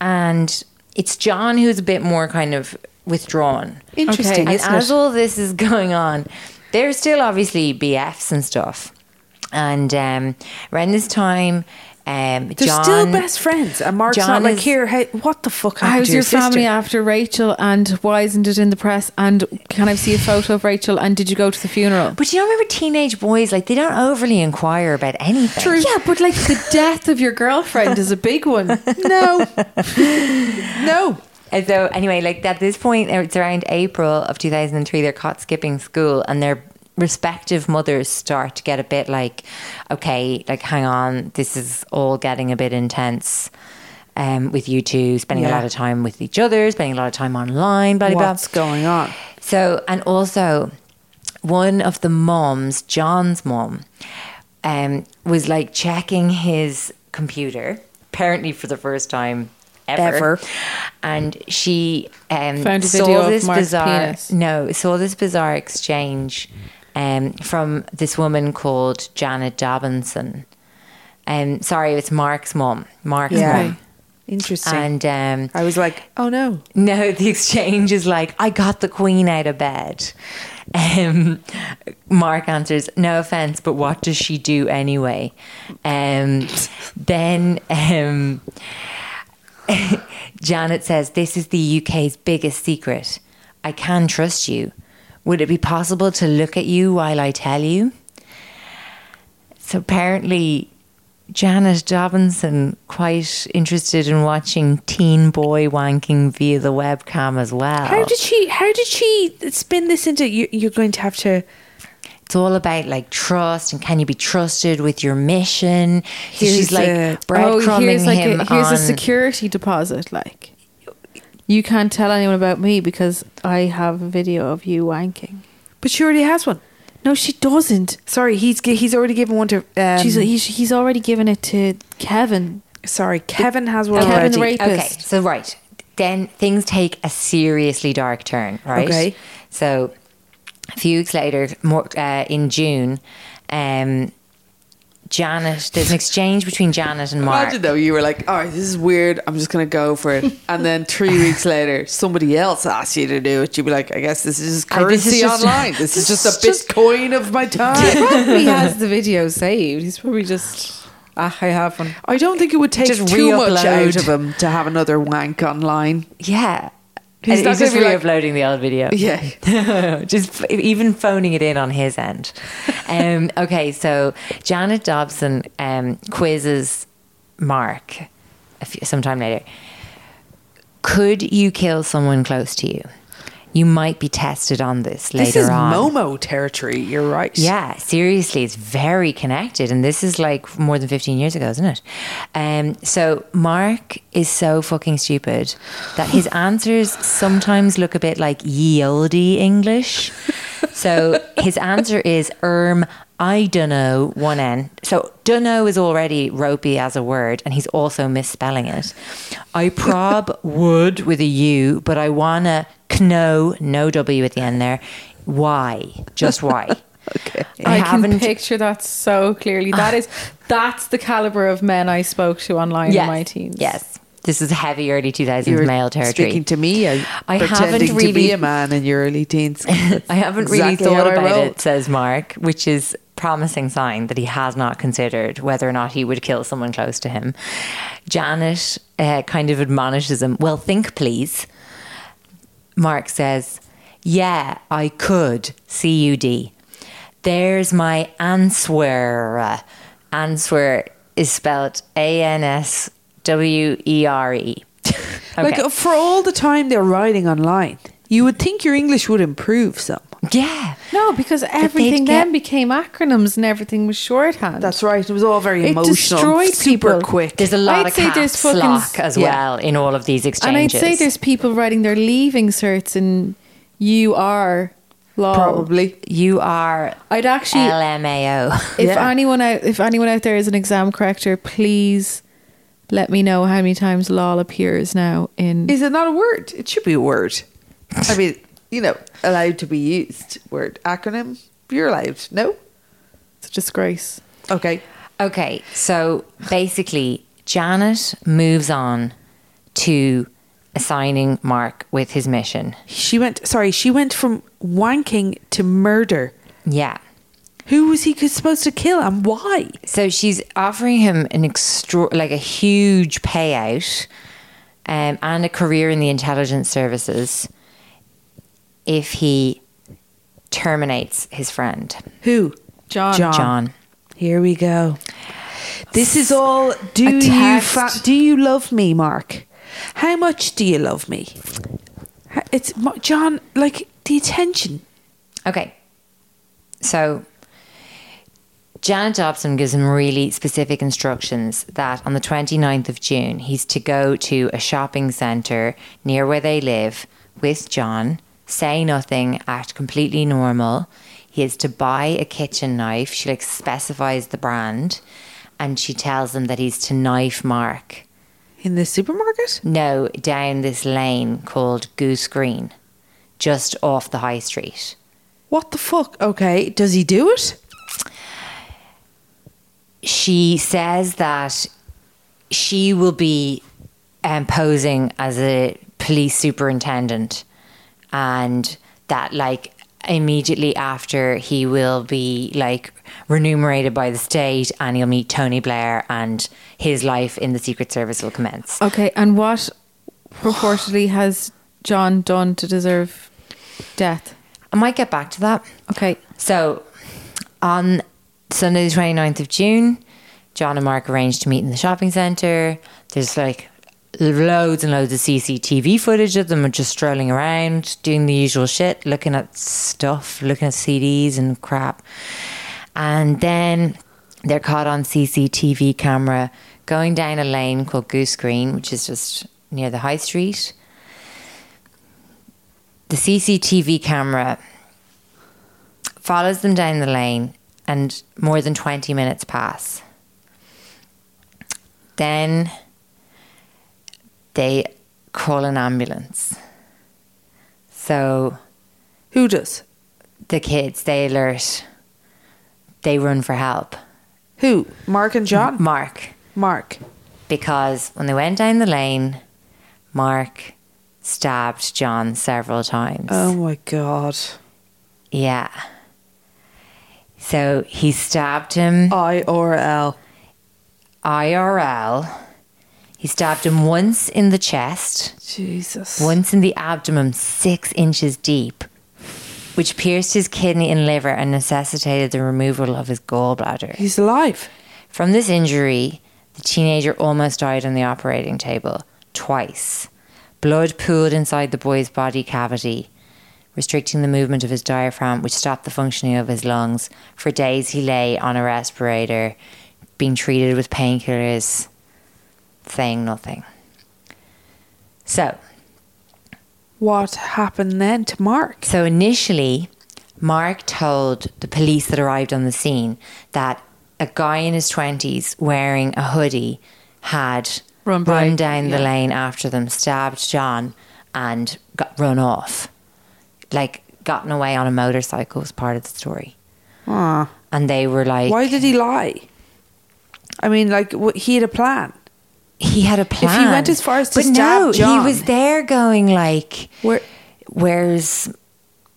Speaker 1: And it's John who's a bit more kind of withdrawn.
Speaker 3: Interesting,
Speaker 1: And
Speaker 3: isn't
Speaker 1: as
Speaker 3: it?
Speaker 1: all this is <laughs> going on, they're still obviously BFs and stuff. And um, around this time, um,
Speaker 3: They're
Speaker 1: John,
Speaker 3: still best friends, and Mark's
Speaker 1: John
Speaker 3: not like
Speaker 1: is-
Speaker 3: here. Hey, what the fuck happened
Speaker 2: How's
Speaker 3: to
Speaker 2: your,
Speaker 3: your,
Speaker 2: family
Speaker 3: sister?
Speaker 2: after Rachel? And why isn't it in the press? And can I see a photo of Rachel? And did you go to the funeral?
Speaker 1: But you know, remember teenage boys like they don't overly inquire about anything.
Speaker 2: Yeah, but like the death of your girlfriend is a big one. <laughs> No,
Speaker 3: no,
Speaker 1: And so anyway, like at this point, it's around April of 2003. They're caught skipping school, and their respective mothers start to get a bit like, okay, like hang on, this is all getting a bit intense. Um, with you two spending a
Speaker 3: Yeah.
Speaker 1: lot of time with each other, spending a lot of time online, blah blah, blah.
Speaker 3: what's going on?
Speaker 1: So, and also, one of the moms, John's mom, um, was like checking his computer, apparently for the first time ever.
Speaker 3: Ever.
Speaker 1: And she um,
Speaker 2: Found a
Speaker 1: saw
Speaker 2: video of
Speaker 1: this
Speaker 2: Mark's
Speaker 1: bizarre,
Speaker 2: penis.
Speaker 1: no, saw this bizarre exchange um, from this woman called Janet Dobinson. Um, sorry, it's Mark's mum. Mark's
Speaker 3: Yeah.
Speaker 1: mum.
Speaker 3: Interesting.
Speaker 1: And um, <laughs>
Speaker 3: I was like, oh no.
Speaker 1: no, the exchange is like, I got the queen out of bed. Um, Mark answers, no offense, but what does she do anyway? Um, then um, <laughs> Janet says, This is the UK's biggest secret. I can trust you. Would it be possible to look at you while I tell you? So apparently, Janet Dobinson quite interested in watching teen boy wanking via the webcam as well.
Speaker 3: How did she? How did she spin this into? You, you're going to have to.
Speaker 1: it's all about like trust and can you be trusted with your mission? So she's
Speaker 3: Here's
Speaker 1: like oh,
Speaker 3: a-
Speaker 1: breadcrumbing
Speaker 2: Oh, here's like
Speaker 1: him
Speaker 2: a, here's
Speaker 1: on
Speaker 2: a security deposit. Like, you can't tell anyone about me because I have a video of you wanking.
Speaker 3: But she already has one.
Speaker 2: No, she doesn't.
Speaker 3: Sorry, he's g- he's already given one to. Um,
Speaker 2: She's he's, he's already given it to Kevin.
Speaker 3: sorry, Kevin has one
Speaker 2: Kevin
Speaker 3: already.
Speaker 2: Ray-
Speaker 1: Okay,
Speaker 2: rapist.
Speaker 1: so right. Then things take a seriously dark turn, right?
Speaker 3: Okay.
Speaker 1: So a few weeks later, more, uh, in June, um, Janet, there's an exchange between Janet and Mark.
Speaker 4: Imagine though, you were like, all right, this is weird. I'm just going to go for it. And then three weeks later, somebody else asks you to do it. You'd be like, I guess this is
Speaker 1: I- this is
Speaker 4: currency
Speaker 1: just-
Speaker 4: online. This is just a Bitcoin of my time.
Speaker 2: Probably has the video saved. He's probably just ah, I have one.
Speaker 4: I don't think it would take
Speaker 1: Just
Speaker 4: too much
Speaker 1: re-upload.
Speaker 4: out of him to have another wank online.
Speaker 1: Yeah.
Speaker 4: He's
Speaker 1: He's,
Speaker 4: not
Speaker 1: he's
Speaker 4: gonna
Speaker 1: just
Speaker 4: be like-
Speaker 1: re-uploading the old video.
Speaker 4: Yeah.
Speaker 1: <laughs> just f- even phoning it in on
Speaker 4: <laughs>
Speaker 1: his end. Um, okay, so Janet Dobson um, quizzes Mark a few, sometime later. Could you kill someone close to you? You might be tested on this later
Speaker 4: This is
Speaker 1: on.
Speaker 4: Momo territory. You're right.
Speaker 1: Yeah, seriously, it's very connected. And this is like more than 15 years ago, isn't it? Um, so Mark is so fucking stupid that his answers sometimes look a bit like ye olde English. So his answer is, erm, I dunno, one N. So dunno is already ropey as a word, and he's also misspelling it. I prob would with a U, but I wanna kno, no W at the end there. Why?
Speaker 4: <laughs>
Speaker 1: Just why?
Speaker 2: I, can
Speaker 1: haven't-
Speaker 2: picture that so clearly. That
Speaker 3: Ah.
Speaker 2: is that's the caliber of men I spoke to online in my teens.
Speaker 1: Yes. This is heavy early 2000s
Speaker 4: You're
Speaker 1: male territory.
Speaker 4: Speaking to me, I,
Speaker 1: I
Speaker 4: pretending
Speaker 1: haven't
Speaker 4: to be
Speaker 1: really-
Speaker 4: a man in your early teens. That's
Speaker 1: <laughs> I haven't really
Speaker 4: exactly
Speaker 1: thought
Speaker 4: how I
Speaker 1: about
Speaker 4: rolled.
Speaker 1: it, says Mark, which is promising sign that he has not considered whether or not he would kill someone close to him. Janet uh, kind of admonishes him, "Well, think, please." Mark says, "Yeah, I could." C U D. There's my answer. Answer is spelled A N S W E R E.
Speaker 3: Like uh, for all the time they're riding online, you would think your English would improve some.
Speaker 1: Yeah.
Speaker 2: No, because
Speaker 1: they'd
Speaker 2: everything
Speaker 1: get-
Speaker 2: then became acronyms and everything was shorthand.
Speaker 3: That's right. It was all very
Speaker 2: It
Speaker 3: emotional.
Speaker 2: destroyed
Speaker 3: super
Speaker 2: people.
Speaker 3: quick.
Speaker 1: There's a lot
Speaker 2: I'd
Speaker 1: of
Speaker 2: say
Speaker 1: caps
Speaker 2: there's fucking s-
Speaker 1: lock as
Speaker 2: yeah.
Speaker 1: well in all of these
Speaker 2: and I'd
Speaker 1: exchanges.
Speaker 2: say there's people writing their leaving certs in you are law.
Speaker 4: Probably.
Speaker 1: you are
Speaker 2: I'd actually
Speaker 1: LMAO.
Speaker 2: if anyone out if anyone out there is an exam corrector, please let me know how many times lol appears now in
Speaker 4: Is it not a word? It should be a word. I mean, you know, allowed to be used. Word acronym. You're allowed. No.
Speaker 2: it's a disgrace.
Speaker 4: Okay.
Speaker 1: <laughs> Okay, so basically, Janet moves on to assigning Mark with his mission.
Speaker 3: She went. Sorry, she went from wanking to murder.
Speaker 1: Yeah.
Speaker 3: Who was he c- supposed to kill and why?
Speaker 1: So she's offering him an extra, like a huge payout um, and a career in the intelligence services if he terminates his friend,
Speaker 3: Who?
Speaker 2: John.
Speaker 3: John.
Speaker 1: John.
Speaker 3: Here we go. This is all. Do you
Speaker 2: text.
Speaker 3: fa- do you love me, Mark? How much do you love me? Ha- It's Mar- John. Like the attention.
Speaker 1: Okay. So Janet Dobson gives him really specific instructions that on the 29th of June, he's to go to a shopping centre near where they live with John, say nothing, act completely normal. He is to buy a kitchen knife. She like specifies the brand and she tells him that he's to knife Mark.
Speaker 3: In the supermarket?
Speaker 1: No, down this lane called Goose Green, just off the high street.
Speaker 3: What the fuck? Okay, does he do it?
Speaker 1: she says that she will be um, posing as a police superintendent and that like immediately after he will be like remunerated by the state and he'll meet Tony Blair and his life in the Secret Service will commence.
Speaker 2: Okay, and what purportedly has John done to deserve death?
Speaker 1: I might get back to that.
Speaker 2: Okay.
Speaker 1: So on Sunday, the 29th of June, John and Mark arranged to meet in the shopping centre. There's like loads and loads of CCTV footage of them just strolling around, doing the usual shit, looking at stuff, looking at CDs and crap. And then they're caught on CCTV camera going down a lane called Goose Green, which is just near the high street. The CCTV camera follows them down the lane, and more than 20 minutes pass. Then they call an ambulance. So
Speaker 3: Who does?
Speaker 1: the kids, they alert, they run for help.
Speaker 3: Who? Mark and John?
Speaker 1: Mark,
Speaker 3: Mark.
Speaker 1: because when they went down the lane, Mark stabbed John several times.
Speaker 3: Oh my God.
Speaker 1: Yeah. So he stabbed him
Speaker 3: I or L.
Speaker 1: IRL. He stabbed him once in the chest.
Speaker 3: Jesus.
Speaker 1: once in the abdomen, six inches deep, which pierced his kidney and liver and necessitated the removal of his gallbladder.
Speaker 3: He's alive.
Speaker 1: From this injury, the teenager almost died on the operating table twice. Blood pooled inside the boy's body cavity, restricting the movement of his diaphragm, which stopped the functioning of his lungs. For days, he lay on a respirator, being treated with painkillers, saying nothing. So,
Speaker 3: What happened then to Mark?
Speaker 1: So initially, Mark told the police that arrived on the scene that a guy in his 20s wearing a hoodie had
Speaker 2: Run
Speaker 1: run,
Speaker 2: by,
Speaker 1: down the lane after them, stabbed John, and got run off. Like, gotten away on a motorcycle was part of the story. And they were like,
Speaker 3: Why did he lie? I mean, like, wh- he had a plan.
Speaker 1: he had a
Speaker 3: he
Speaker 1: plan.
Speaker 3: went as far as to
Speaker 1: but no,
Speaker 3: stab John-
Speaker 1: he was there going like,
Speaker 3: Where-
Speaker 1: where's,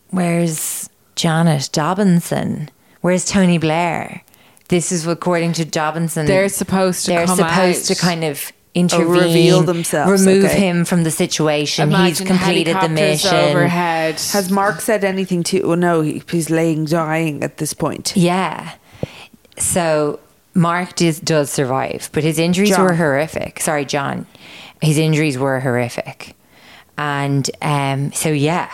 Speaker 1: where's Janet Dobinson? Where's Tony Blair? This is according to Dobinson.
Speaker 2: They're supposed to
Speaker 1: They're
Speaker 2: come
Speaker 1: supposed to
Speaker 2: out.
Speaker 1: kind of intervene,
Speaker 3: reveal themselves,
Speaker 1: remove
Speaker 3: okay.
Speaker 1: him from the situation. He's completed the mission.
Speaker 2: Overhead.
Speaker 3: Has Mark said anything to? Well, no, he, he's laying dying at this point.
Speaker 1: Yeah. So Mark does, does survive, but his injuries
Speaker 3: John.
Speaker 1: were horrific. Sorry, John. His injuries were horrific. And um, so, yeah,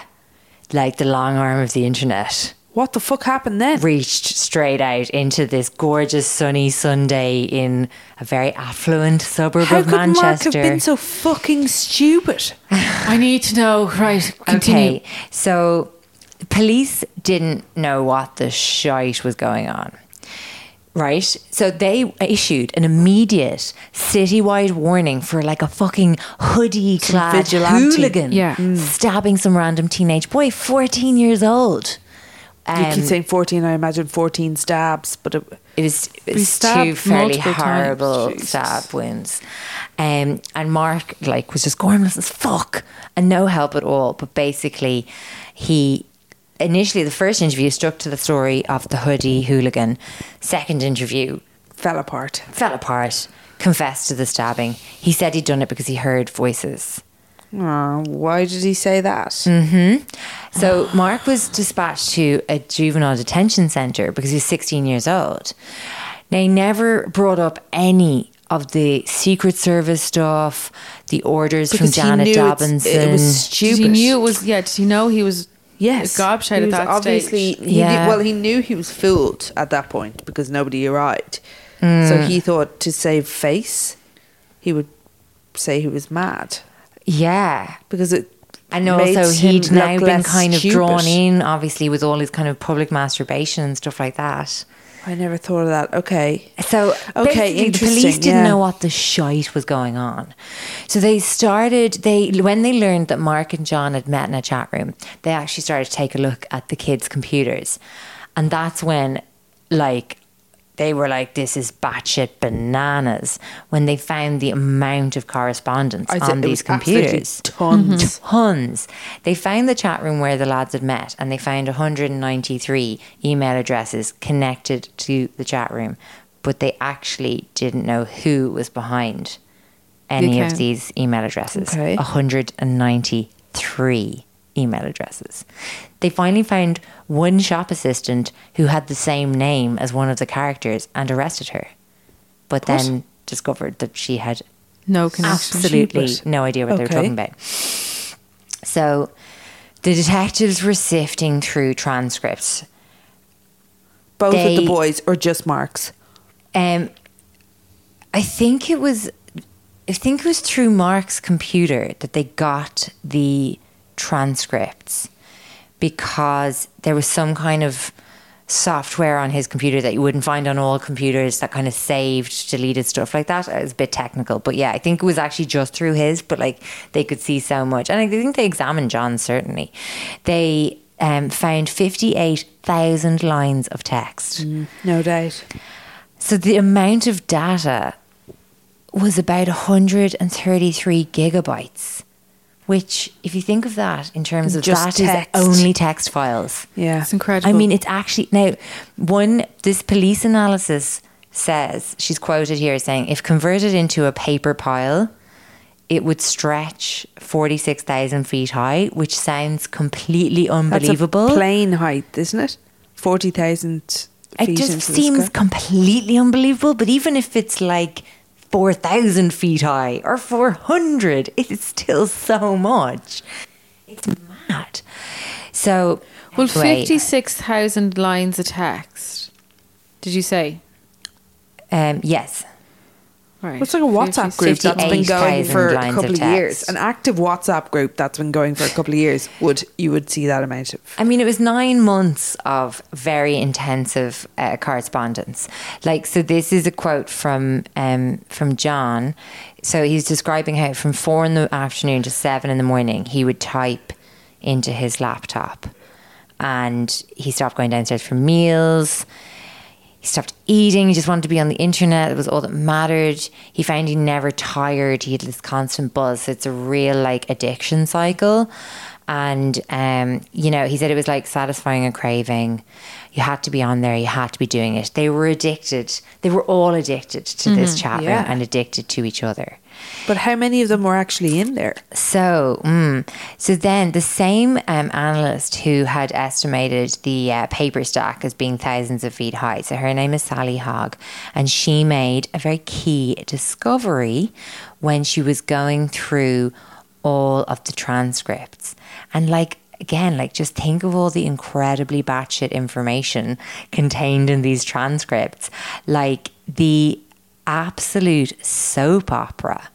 Speaker 1: like the long arm of the internet
Speaker 3: What the fuck happened then?
Speaker 1: reached straight out into this gorgeous sunny Sunday in a very affluent suburb
Speaker 3: How
Speaker 1: of
Speaker 3: could Mark
Speaker 1: Manchester.
Speaker 3: have been so fucking stupid?
Speaker 2: I need to know. Right. Continue.
Speaker 1: Okay, so police didn't know what the shite was going on. Right? So they issued an immediate citywide warning for like a fucking hoodie clad
Speaker 3: vigilante.
Speaker 1: hooligan
Speaker 2: Yeah. Mm.
Speaker 1: stabbing some random teenage boy, 14 years old.
Speaker 3: you
Speaker 1: Um,
Speaker 3: keep saying fourteen. I imagine fourteen stabs, but it,
Speaker 1: It was, it was
Speaker 2: stabbed
Speaker 1: two fairly
Speaker 2: multiple times.
Speaker 1: horrible
Speaker 2: Jesus.
Speaker 1: stab wounds. Um, and Mark like was just gormless as fuck and no help at all. But basically he initially the first interview stuck to the story of the hoodie hooligan. Second interview
Speaker 3: fell apart.
Speaker 1: fell apart, confessed to the stabbing. He said he'd done it because he heard voices.
Speaker 3: Oh, why did he say that?
Speaker 1: Mm. Hmm? So Mark was dispatched to a juvenile detention center because he was 16 years old. They never brought up any of the Secret Service stuff, the orders
Speaker 3: Because he
Speaker 1: from Janet
Speaker 3: knew it's-
Speaker 1: Dobinson.
Speaker 3: it was
Speaker 2: Did
Speaker 3: stupid.
Speaker 2: he knew it was. Yeah. Did he know he was?
Speaker 3: Yes,
Speaker 2: Gobshite
Speaker 3: he
Speaker 2: at
Speaker 3: was
Speaker 2: that
Speaker 3: obviously,
Speaker 2: stage.
Speaker 3: He knew-
Speaker 1: Yeah.
Speaker 3: well, he knew he was fooled at that point because nobody arrived. So
Speaker 1: Mm.
Speaker 3: he thought to save face, he would say he was mad
Speaker 1: yeah.
Speaker 3: because it.
Speaker 1: And
Speaker 3: made
Speaker 1: also,
Speaker 3: him
Speaker 1: he'd now
Speaker 3: look
Speaker 1: been
Speaker 3: less
Speaker 1: kind of
Speaker 3: stupid.
Speaker 1: drawn in, obviously, with all his kind of public masturbation and stuff like that.
Speaker 3: I never thought of that. Okay,
Speaker 1: So
Speaker 3: Okay,
Speaker 1: basically, the
Speaker 3: interesting,
Speaker 1: police didn't
Speaker 3: yeah.
Speaker 1: know what the shite was going on. So they started they when they learned that Mark and John had met in a chat room, they actually started to take a look at the kids' computers. And that's when like they were like, this is batshit bananas when they found the amount of correspondence
Speaker 3: I'd say
Speaker 1: on
Speaker 3: it
Speaker 1: these
Speaker 3: was absolutely
Speaker 1: computers.
Speaker 3: tons.
Speaker 1: Tons. They found the chat room where the lads had met and they found 193 email addresses connected to the chat room, but they actually didn't know who was behind any of
Speaker 2: account.
Speaker 1: these email addresses.
Speaker 3: Okay.
Speaker 1: 193 email addresses. They finally found one shop assistant who had the same name as one of the characters and arrested her, but then discovered that she had
Speaker 2: No connection.
Speaker 1: absolutely no idea what they were
Speaker 3: Okay.
Speaker 1: talking about. So the detectives were sifting through transcripts.
Speaker 3: Both of
Speaker 1: They-
Speaker 3: the boys or just Mark's.
Speaker 1: Um, I think it was, I think it was through Mark's computer that they got the transcripts because there was some kind of software on his computer that you wouldn't find on all computers that kind of saved deleted stuff like that. It was a bit technical, but yeah, I think it was actually just through his, but like they could see so much. And I think they examined John certainly. They um, found 58,000 lines of text.
Speaker 3: No doubt.
Speaker 1: So the amount of data was about 133 gigabytes, which, if you think of that in terms of
Speaker 3: Just
Speaker 1: that is
Speaker 3: text.
Speaker 1: only text files.
Speaker 3: Yeah.
Speaker 2: It's incredible.
Speaker 1: I mean, it's actually now one. This police analysis says she's quoted here as saying, if converted into a paper pile, it would stretch forty-six thousand feet high, which sounds completely unbelievable.
Speaker 3: That's a plane height, isn't it? 40,000 feet.
Speaker 1: It just
Speaker 3: into the
Speaker 1: seems
Speaker 3: sky.
Speaker 1: completely unbelievable. But even if it's like 4,000 feet high or 400, it's still so much. It's mad. So,
Speaker 2: well,
Speaker 1: wait,
Speaker 2: fifty-six thousand lines of text. Did you say?
Speaker 1: Um, yes.
Speaker 2: Right.
Speaker 3: It's like a WhatsApp group that's been going
Speaker 1: 58,000
Speaker 3: for a
Speaker 1: lines of
Speaker 3: couple of years.
Speaker 1: text.
Speaker 3: An active WhatsApp group that's been going for a couple of years would you would see that amount of
Speaker 1: I mean, it was nine months of very intensive uh, correspondence. Like, so this is a quote from um, from John. So he's describing how from four in the afternoon to seven in the morning, he would type into his laptop, and he stopped going downstairs for meals. He stopped eating. He just wanted to be on the internet. It was all that mattered. He found he never tired. He had this constant buzz. So it's a real like addiction cycle. And um, you know, he said it was like satisfying a craving. You had to be on there. You had to be doing it. They were addicted. They were all addicted to this chat room and addicted to each other.
Speaker 3: But how many of them were actually in there?
Speaker 1: So, mm, so then the same um, analyst who had estimated the uh, paper stack as being thousands of feet high. So her name is Sally Hogg, and she made a very key discovery when she was going through all of the transcripts and like. Again, like just think of all the incredibly batshit information contained in these transcripts. Like the absolute soap opera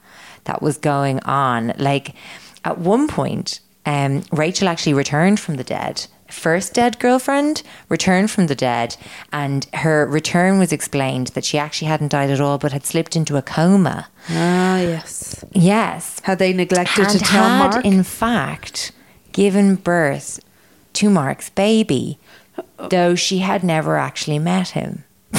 Speaker 1: that was going on. Like at one point, um, Rachel actually returned from the dead. First dead girlfriend returned from the dead, and her return was explained that she actually hadn't died at all but had slipped into a coma.
Speaker 3: Ah, yes.
Speaker 1: Yes.
Speaker 3: Had they neglected to
Speaker 1: and
Speaker 3: tell
Speaker 1: had,
Speaker 3: Mark?
Speaker 1: in fact, given birth to Mark's baby, though she had never actually met him. <laughs>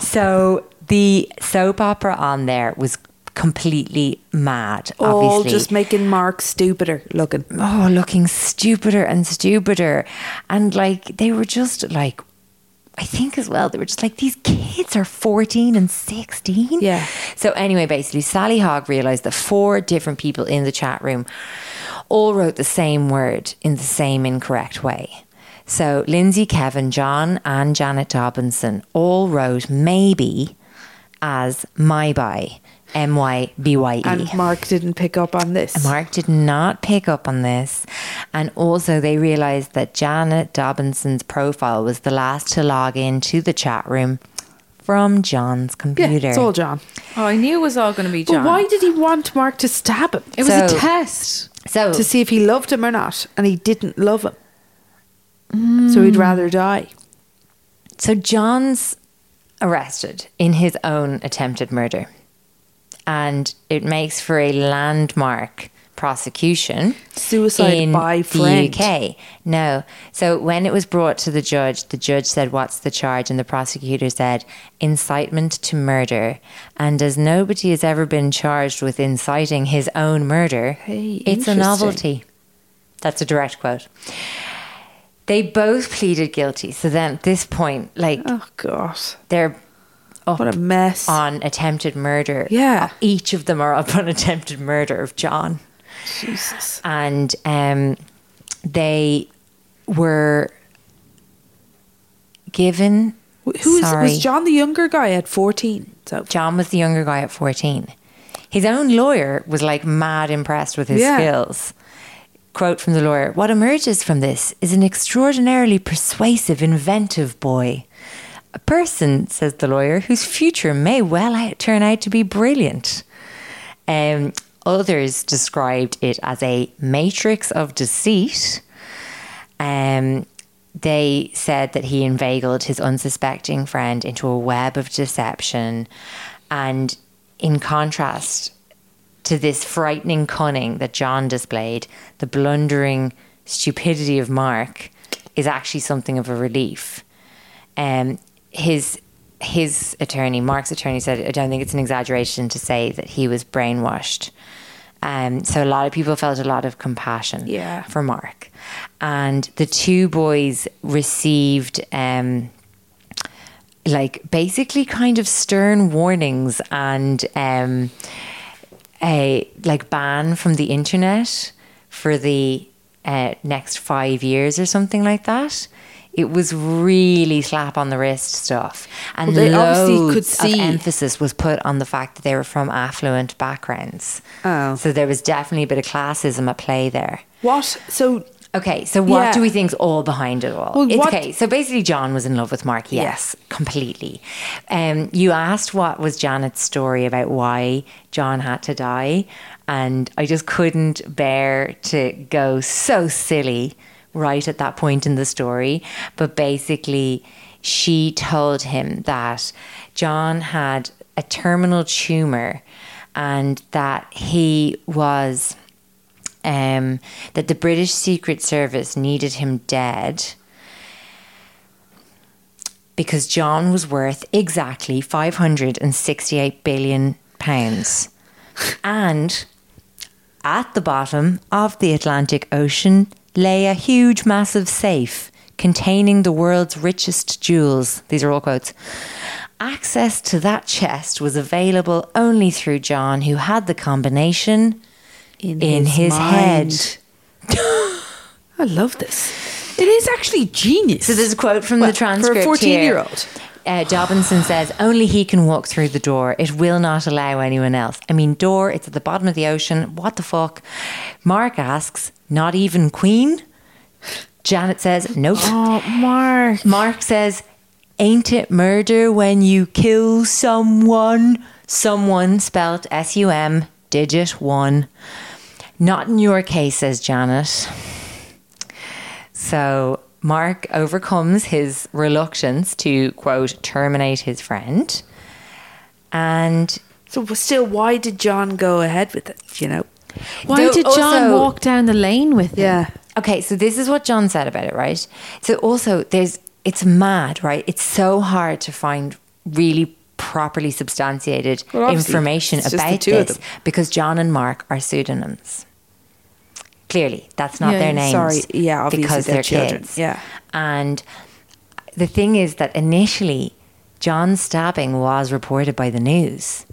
Speaker 1: so the soap opera on there was completely mad.
Speaker 3: All
Speaker 1: obviously
Speaker 3: Oh, just making Mark stupider looking.
Speaker 1: oh, looking stupider and stupider. And like, they were just like, I think as well, they were just like, these kids are 14 and 16.
Speaker 3: Yeah.
Speaker 1: So, anyway, basically, Sally Hogg realized that four different people in the chat room all wrote the same word in the same incorrect way. So, Lindsay, Kevin, John, and Janet Dobinson all wrote maybe as my by, M Y B Y E.
Speaker 3: And Mark didn't pick up on this.
Speaker 1: Mark did not pick up on this. And also, they realized that Janet Dobinson's profile was the last to log into the chat room from John's
Speaker 3: yeah,
Speaker 1: computer.
Speaker 3: it's all John.
Speaker 2: Oh, I knew it was all going to be
Speaker 3: But
Speaker 2: John.
Speaker 3: why did he want Mark to stab him? oh.
Speaker 2: It was a
Speaker 1: So-
Speaker 2: test.
Speaker 1: so,
Speaker 3: to see if he loved him or not, and he didn't love him. So he'd rather die.
Speaker 1: so John's arrested in his own attempted murder. And it makes for a landmark prosecution
Speaker 3: Suicide
Speaker 1: in
Speaker 3: by
Speaker 1: the
Speaker 3: friend.
Speaker 1: UK. No. So when it was brought to the judge, the judge said, What's the charge? And the prosecutor said, Incitement to murder. And as nobody has ever been charged with inciting his own murder, it's a novelty. That's a direct quote. They both pleaded guilty. So then at this point, like,
Speaker 3: Oh God,
Speaker 1: they're up
Speaker 3: what a mess!
Speaker 1: on attempted murder.
Speaker 3: Yeah.
Speaker 1: Each of them are up on attempted murder of John. Jesus. And um, they were given.
Speaker 3: Who is,
Speaker 1: sorry,
Speaker 3: was John the younger guy at fourteen? So
Speaker 1: John was the younger guy at 14. His own lawyer was like mad impressed with his
Speaker 3: Yeah.
Speaker 1: skills. Quote from the lawyer What emerges from this is an extraordinarily persuasive, inventive boy. A person, says the lawyer, whose future may well out- turn out to be brilliant. Um, others described it as a matrix of deceit. Um, they said that he inveigled his unsuspecting friend into a web of deception. And in contrast to this frightening cunning that John displayed, the blundering stupidity of Mark is actually something of a relief. Um, his his attorney, Mark's attorney, said, "I don't think it's an exaggeration to say that he was brainwashed." Um, so a lot of people felt a lot of compassion
Speaker 3: Yeah.
Speaker 1: for Mark, and the two boys received. Um, like basically kind of stern warnings and um, a like ban from the internet for the uh, next five years or something like that. It was really slap on the wrist stuff, and
Speaker 3: Well, they obviously could
Speaker 1: loads
Speaker 3: see.
Speaker 1: of emphasis was put on the fact that they were from affluent backgrounds. Oh. so there was definitely a bit of classism at play there.
Speaker 3: what? So
Speaker 1: Okay, so what
Speaker 3: Yeah.
Speaker 1: do we think's all behind it all?
Speaker 3: Well,
Speaker 1: it's
Speaker 3: what-
Speaker 1: okay. So basically, John was in love with Mark. Yes, completely. Um, you asked what was Janet's story about why John had to die, and I just couldn't bear to go so silly right at that point in the story. But basically, she told him that John had a terminal tumor, and that he was um, that the British Secret Service needed him dead because John was worth exactly 568 billion
Speaker 3: <laughs>
Speaker 1: pounds. and at the bottom of the Atlantic Ocean lay a huge, massive safe containing the world's richest jewels. These are all quotes. Access to that chest was available only through John, who had the combination in, his, head.
Speaker 3: <laughs> I love this. It is actually genius.
Speaker 1: So there's a quote from
Speaker 3: Well,
Speaker 1: the
Speaker 3: for
Speaker 1: transcript
Speaker 3: a
Speaker 1: here.
Speaker 3: fourteen-year-old.
Speaker 1: Uh, Dobinson says, only he can walk through the door. It will not allow anyone else. I mean, door, it's at the bottom of the ocean. What the fuck? Mark asks, not even Queen? Janet says, nope.
Speaker 3: Oh, Mark.
Speaker 1: Mark says, ain't it murder when you kill someone? Someone spelt S U M, digit one. Not in your case, says Janet. So Mark overcomes his reluctance to, quote, terminate his friend. And
Speaker 3: So still, why did John go ahead with it? You know.
Speaker 2: Why
Speaker 1: Though
Speaker 2: did John
Speaker 1: also-
Speaker 2: walk down the lane with him?
Speaker 3: Yeah.
Speaker 1: Okay, so this is what John said about it, right? So also there's it's mad, right? It's so hard to find really properly substantiated
Speaker 3: obviously,
Speaker 1: information
Speaker 3: it's just the
Speaker 1: about
Speaker 3: two of
Speaker 1: this
Speaker 3: them.
Speaker 1: because John and Mark are pseudonyms. Clearly, that's not
Speaker 2: Yeah,
Speaker 1: their
Speaker 2: yeah.
Speaker 1: names.
Speaker 3: Sorry, yeah, obviously
Speaker 1: because
Speaker 3: they're
Speaker 1: they're,
Speaker 3: children,
Speaker 1: kids.
Speaker 3: yeah.
Speaker 1: and the thing is that initially John's stabbing was reported by the news,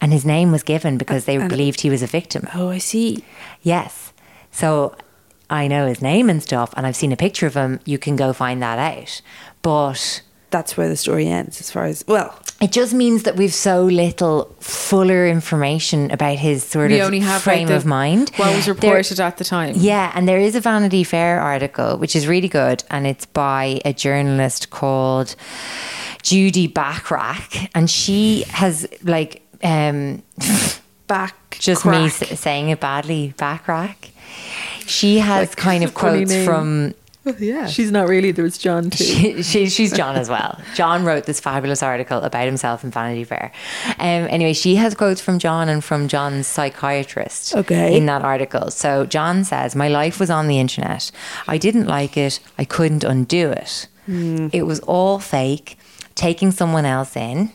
Speaker 1: and his name was given because they believed he was a victim.
Speaker 3: Oh, I see.
Speaker 1: Yes. So I know his name and stuff, and I've seen a picture of him. You can go find that out. But
Speaker 3: That's where the story ends, as far as well.
Speaker 1: it just means that we've so little fuller information about his sort
Speaker 2: We
Speaker 1: of
Speaker 2: only have like,
Speaker 1: frame
Speaker 2: the-
Speaker 1: of mind.
Speaker 2: What was reported at the time?
Speaker 1: Yeah, and there is a Vanity Fair article which is really good, and it's by a journalist called Judy Backrack, and she has like um,
Speaker 3: Back.
Speaker 1: just me
Speaker 3: crack.
Speaker 1: s- saying it badly, Backrack. She has kind of
Speaker 2: <laughs> funny
Speaker 1: quotes
Speaker 2: name.
Speaker 1: from
Speaker 4: yeah.
Speaker 2: She's not really. There was John too.
Speaker 1: she, she, she's John as well. John wrote this fabulous article about himself in Vanity Fair. Um, anyway, she has quotes from John and from John's psychiatrist
Speaker 3: Okay.
Speaker 1: in that article. So John says, My life was on the internet. I didn't like it. I couldn't undo it.
Speaker 3: Hmm.
Speaker 1: It was all fake, taking someone else in.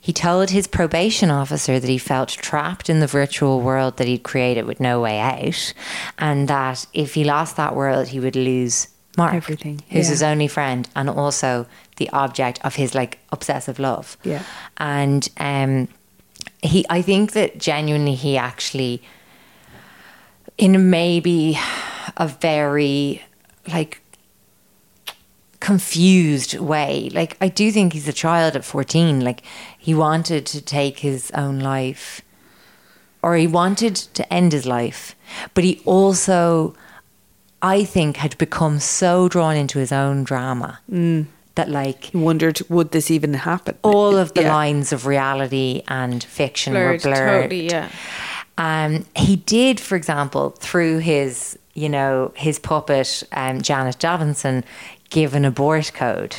Speaker 1: He told his probation officer that he felt trapped in the virtual world that he'd created with no way out, and that if he lost that world, he would lose Mark,
Speaker 3: Everything.
Speaker 1: who's
Speaker 3: Yeah.
Speaker 1: his only friend and also the object of his like obsessive love.
Speaker 3: Yeah.
Speaker 1: and um, he, I think that genuinely he actually, in maybe a very like confused way. Like I do think he's a child at 14. Like he wanted to take his own life or he wanted to end his life, but he also I think had become so drawn into his own drama
Speaker 2: Mm.
Speaker 1: that like
Speaker 4: He wondered, would this even happen?
Speaker 1: all of the
Speaker 4: Yeah.
Speaker 1: lines of reality and fiction
Speaker 2: Blurred,
Speaker 1: were blurred.
Speaker 2: totally, yeah.
Speaker 1: Um, he did, for example, through his, you know, his puppet um, Janet Dobinson, give an abort code.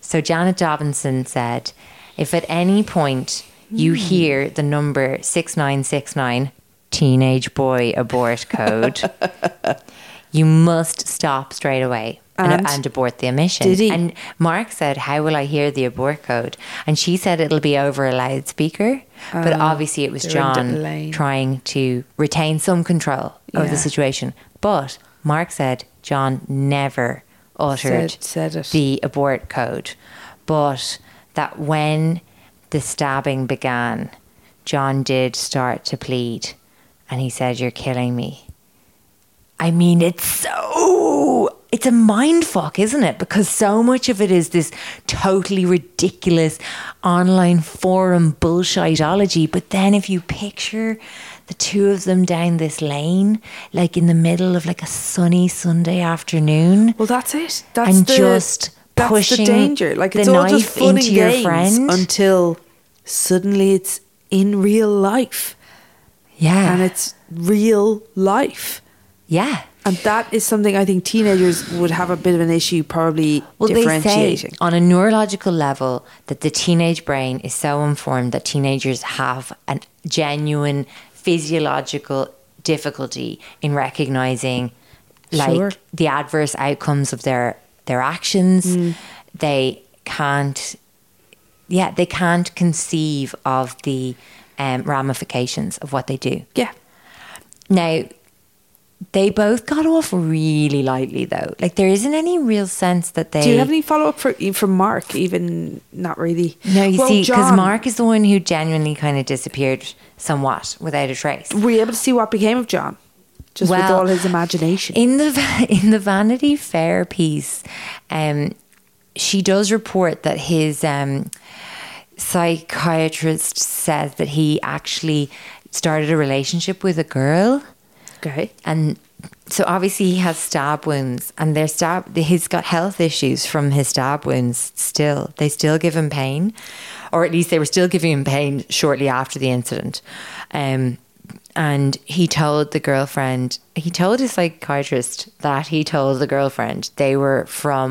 Speaker 1: So Janet Dobinson said, if at any point you
Speaker 3: Hmm.
Speaker 1: hear the number six nine six nine, teenage boy abort code,
Speaker 3: <laughs>
Speaker 1: you must stop straight away. And, and abort the emission.
Speaker 3: Did he?
Speaker 1: And Mark said, How will I hear the abort code? And she said it'll be over a loudspeaker. But
Speaker 3: Oh,
Speaker 1: obviously, it was
Speaker 3: they're in
Speaker 1: John
Speaker 3: Dublin.
Speaker 1: trying to retain some control of
Speaker 3: Yeah.
Speaker 1: the situation. But Mark said John never uttered
Speaker 3: Said- said it.
Speaker 1: the abort code, but that when the stabbing began, John did start to plead and he said, You're killing me. I mean, it's so. It's a mind fuck, isn't it? Because so much of it is this totally ridiculous online forum bullshitology. But then if you picture the two of them down this lane, like in the middle of like a sunny Sunday afternoon,
Speaker 3: Well, that's it. That's
Speaker 1: And
Speaker 3: the,
Speaker 1: just
Speaker 3: that's
Speaker 1: pushing
Speaker 3: the danger. Like
Speaker 1: the
Speaker 3: it's all just
Speaker 1: knife
Speaker 3: fun
Speaker 1: into
Speaker 3: and
Speaker 1: your
Speaker 3: games
Speaker 1: friend.
Speaker 3: until suddenly it's in real life
Speaker 1: yeah.
Speaker 3: and it's real life.
Speaker 1: yeah.
Speaker 3: And that is something I think teenagers would have a bit of an issue probably
Speaker 1: Well, they say
Speaker 3: differentiating.
Speaker 1: on a neurological level that the teenage brain is so informed that teenagers have a genuine physiological difficulty in recognizing like
Speaker 3: Sure.
Speaker 1: the adverse outcomes of their their actions.
Speaker 3: Mm.
Speaker 1: They can't yeah, they can't conceive of the um, ramifications of what they do.
Speaker 3: yeah.
Speaker 1: Now, they both got off really lightly, though. Like there isn't any real sense that they.
Speaker 3: Do you have any follow up for from Mark? Even not really.
Speaker 1: No, you
Speaker 3: Well,
Speaker 1: see, because
Speaker 3: John,
Speaker 1: Mark is the one who genuinely kind of disappeared somewhat without a trace.
Speaker 3: were you able to see what became of John? Just with
Speaker 1: Well,
Speaker 3: all his imagination.
Speaker 1: In the va- <laughs> in the Vanity Fair piece, um, she does report that his um, psychiatrist says that he actually started a relationship with a girl.
Speaker 3: okay.
Speaker 1: and so obviously he has stab wounds and their stab he's got health issues from his stab wounds still they still give him pain or at least they were still giving him pain shortly after the incident um and he told the girlfriend he told his psychiatrist that he told the girlfriend they were from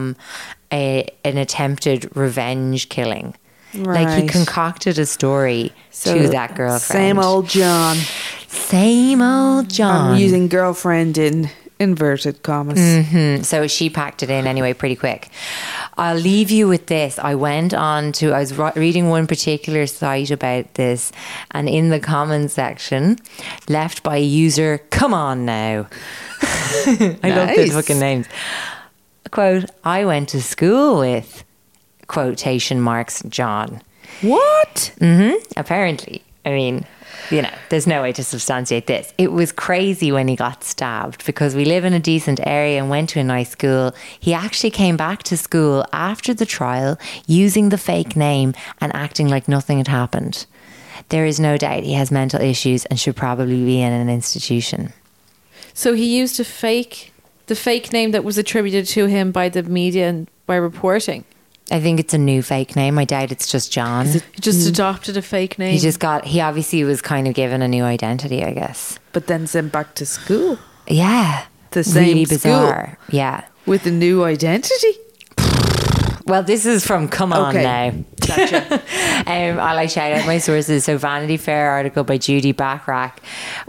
Speaker 1: a, an attempted revenge killing like he
Speaker 3: Right.
Speaker 1: concocted a story to that girlfriend
Speaker 3: Same old John.
Speaker 1: same old john
Speaker 3: I'm using girlfriend in inverted commas.
Speaker 1: so she packed it in anyway pretty quick i'll leave you with this i went on to i was ri- reading one particular site about this and in the comment section left by a user come on now <laughs> i love those
Speaker 3: Nice.
Speaker 1: fucking names quote i went to school with quotation marks john
Speaker 3: What?
Speaker 1: apparently. I mean, you know, there's no way to substantiate this. It was crazy when he got stabbed because we live in a decent area and went to a nice school. He actually came back to school after the trial using the fake name and acting like nothing had happened. There is no doubt he has mental issues and should probably be in an institution.
Speaker 2: So he used a fake, the fake name that was attributed to him by the media and by reporting.
Speaker 1: I think it's a new fake name. I doubt it's just John.
Speaker 2: He just adopted a fake name.
Speaker 1: He just got, he obviously was kind of given a new identity, I guess.
Speaker 3: But then sent back to school.
Speaker 1: Yeah.
Speaker 3: the same
Speaker 1: really
Speaker 3: school
Speaker 1: bizarre. Yeah.
Speaker 3: with a new identity.
Speaker 1: Well, this is from Come On
Speaker 3: Okay.
Speaker 1: Now. um, I like shout out my sources. So, Vanity Fair article by Judy Backrack,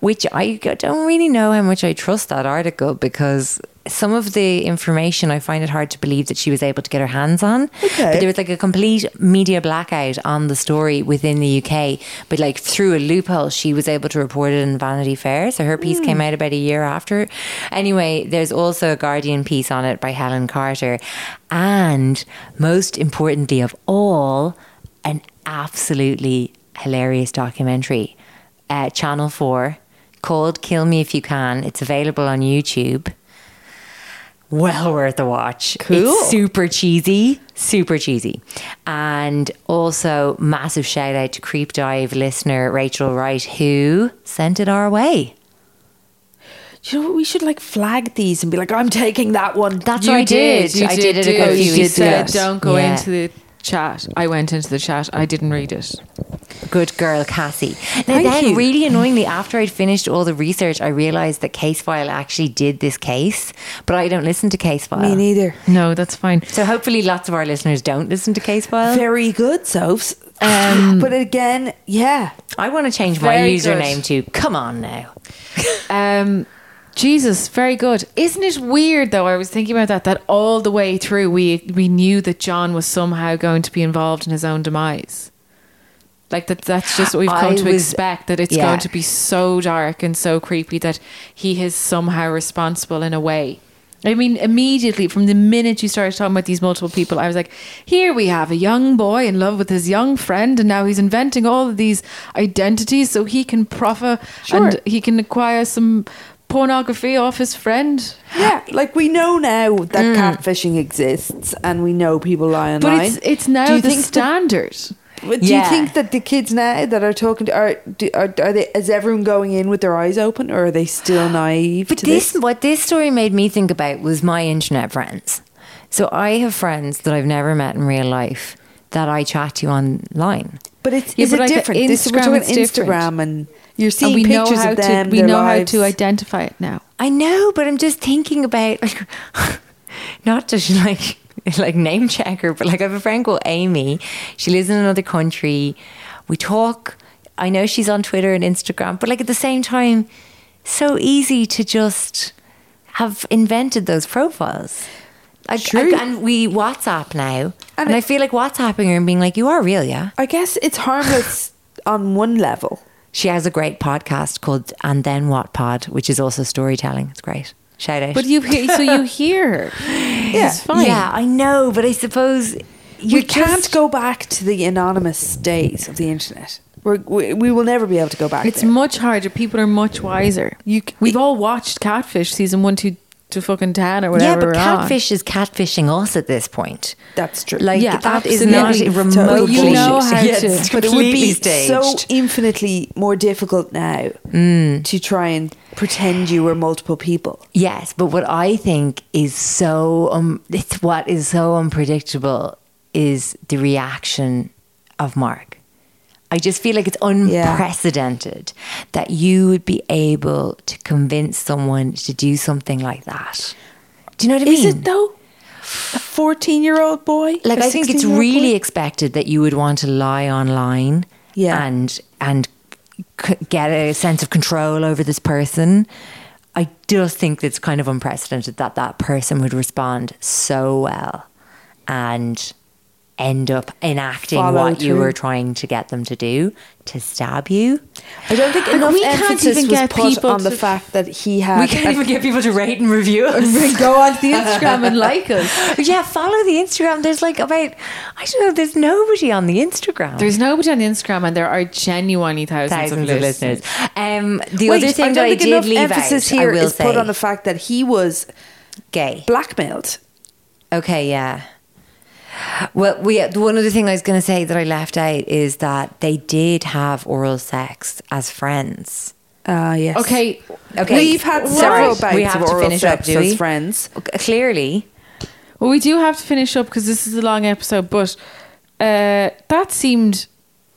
Speaker 1: which I don't really know how much I trust that article because some of the information I find it hard to believe that she was able to get her hands on. But there was like a complete media blackout on the story within the UK. But like through a loophole, she was able to report it in Vanity Fair. So her piece came out about a year after. Anyway, there's also a Guardian piece on it by Helen Carter. And most importantly of all, an absolutely hilarious documentary. Uh, Channel 4 called Kill Me If You Can. It's available on YouTube. Well worth a watch. Cool. It's super cheesy, super cheesy. And also, massive shout out to Creep Dive listener Rachel Wright, who sent it our way.
Speaker 3: Do you know what? We should like flag these and be like, I'm taking that one.
Speaker 1: That's
Speaker 2: You
Speaker 1: what I did.
Speaker 2: You
Speaker 1: I did, it a
Speaker 2: do.
Speaker 1: good
Speaker 2: You
Speaker 1: few weeks
Speaker 2: said,
Speaker 1: ago.
Speaker 2: Don't go
Speaker 1: Yeah.
Speaker 2: into the chat. I went into the chat. I didn't read it.
Speaker 1: Good girl, Cassie. Now, then, really annoyingly, after I'd finished all the research, I realized that Case File actually did this case, but I don't listen to Case File.
Speaker 3: neither.
Speaker 2: No, that's fine.
Speaker 1: so hopefully, lots of our listeners don't listen to Case File.
Speaker 3: Very good, Soaps. <laughs> but again, yeah.
Speaker 1: I want to change my
Speaker 2: Very
Speaker 1: username to Come On Now.
Speaker 2: Um, Jesus, very good. Isn't it weird though? I was thinking about that. That all the way through, we we knew that John was somehow going to be involved in his own demise. Like that. That's just what we've come
Speaker 1: I
Speaker 2: to
Speaker 1: was-
Speaker 2: expect. That it's
Speaker 1: yeah.
Speaker 2: going to be so dark and so creepy that he is somehow responsible in a way. I mean, immediately from the minute you started talking about these multiple people, I was like, here we have a young boy in love with his young friend, and now he's inventing all of these identities so he can proffer and he can acquire some pornography off his friend.
Speaker 3: Yeah, like we know now that catfishing exists and we know people lie online.
Speaker 2: Mm. But it's it's
Speaker 3: Do
Speaker 2: now
Speaker 3: you
Speaker 2: the
Speaker 3: think that-
Speaker 2: standard.
Speaker 3: But do
Speaker 1: Yeah.
Speaker 3: you think that the kids now that are talking to are, do- are are they is everyone going in with their eyes open or are they
Speaker 2: <gasps>
Speaker 3: still naive
Speaker 1: But
Speaker 3: to
Speaker 1: this,
Speaker 3: this?
Speaker 1: what this story made me think about was my internet friends. So I have friends that I've never met in real life that I chat to online.
Speaker 3: But it's
Speaker 2: Yeah,
Speaker 3: is
Speaker 2: but
Speaker 3: it
Speaker 2: like uh,
Speaker 3: different? This, we're
Speaker 2: Instagram,
Speaker 3: talking
Speaker 2: it's different.
Speaker 3: Instagram and you're
Speaker 2: And
Speaker 3: seeing
Speaker 2: we know
Speaker 3: pictures
Speaker 2: how
Speaker 3: of them.
Speaker 2: to we
Speaker 3: their
Speaker 2: know
Speaker 3: lives.
Speaker 2: how to identify it now.
Speaker 1: I know, but I'm just thinking about like, <laughs> not just <laughs> like like name checker, but like I have a friend called Amy. She lives in another country. We talk. I know she's on Twitter and Instagram, but like at the same time, so easy to just have invented those profiles. I,
Speaker 3: Sure.
Speaker 1: I, and we WhatsApp now, and, I feel like WhatsApping her and being like, "You are real, yeah."
Speaker 3: I guess it's
Speaker 2: <sighs>
Speaker 3: harmless on one level.
Speaker 1: She has a great podcast called "And Then What Pod," which is also storytelling. It's great. Shout out!
Speaker 2: But you hear,
Speaker 3: <laughs>
Speaker 2: so you hear. Yeah, it's fine.
Speaker 1: Yeah, I know, but I suppose you
Speaker 3: we can't go back to the anonymous days of the internet. We're, we we will never be able to go back.
Speaker 2: It's
Speaker 3: there.
Speaker 2: much harder. People are much wiser.
Speaker 3: You c-
Speaker 2: We've all watched Catfish season one, two to fucking ten or
Speaker 1: Yeah,
Speaker 2: whatever.
Speaker 1: but
Speaker 2: we're on.
Speaker 1: catfish is catfishing us at this point.
Speaker 3: That's true.
Speaker 1: Like
Speaker 2: Yeah,
Speaker 1: that is
Speaker 2: absolutely.
Speaker 1: not remotely.
Speaker 2: You know how
Speaker 1: Yeah,
Speaker 2: to-
Speaker 1: it's
Speaker 3: but it would
Speaker 1: completely
Speaker 3: be so
Speaker 1: staged. Mm.
Speaker 3: infinitely more difficult now to try and pretend you were multiple people.
Speaker 1: Yes, but what I think is so um, it's what is so unpredictable is the reaction of Mark. I just feel like it's unprecedented that you would be able to convince someone to do something like that. Do you know what I
Speaker 3: Is
Speaker 1: mean?
Speaker 3: it though? A fourteen-year-old boy.
Speaker 1: like
Speaker 3: I
Speaker 1: I think it's really expected that you would want to lie online,
Speaker 3: Yeah.
Speaker 1: and and c- get a sense of control over this person. I just think it's kind of unprecedented that that person would respond so well and end up enacting
Speaker 3: Follow
Speaker 1: what you
Speaker 3: through.
Speaker 1: were trying to get them to do to stab you.
Speaker 3: I don't think
Speaker 2: Like,
Speaker 3: enough
Speaker 2: we can't
Speaker 3: emphasis
Speaker 2: even
Speaker 3: was
Speaker 2: get
Speaker 3: put
Speaker 2: people
Speaker 3: on the
Speaker 2: to-
Speaker 3: fact that he had.
Speaker 1: We can't even get people to rate and review us.
Speaker 2: Go
Speaker 1: <laughs>
Speaker 2: onto the Instagram and like us.
Speaker 1: yeah, follow the Instagram. There's like about I don't know. There's nobody on the Instagram.
Speaker 2: There's nobody on Instagram, and there are genuinely thousands,
Speaker 1: thousands of listeners. Um, the
Speaker 3: Wait,
Speaker 1: other
Speaker 3: I
Speaker 1: thing that
Speaker 3: don't
Speaker 1: I
Speaker 3: think
Speaker 1: did
Speaker 3: enough
Speaker 1: leave
Speaker 3: emphasis
Speaker 1: out,
Speaker 3: here
Speaker 1: I will
Speaker 3: is
Speaker 1: say,
Speaker 3: put on the fact that he was
Speaker 1: gay.
Speaker 3: blackmailed.
Speaker 1: Okay, yeah. Well, we the one other thing I was going to say that I left out is that they did have oral sex as friends.
Speaker 3: Ah, yes.
Speaker 2: Okay,
Speaker 1: Okay,
Speaker 3: We've had
Speaker 1: sorry,
Speaker 3: several bouts
Speaker 1: we have
Speaker 3: of
Speaker 1: to
Speaker 3: oral
Speaker 1: finish up,
Speaker 3: sex
Speaker 1: do
Speaker 3: as
Speaker 1: we?
Speaker 3: friends.
Speaker 1: Clearly,
Speaker 2: well, we do have to finish up because this is a long episode. But uh, that seemed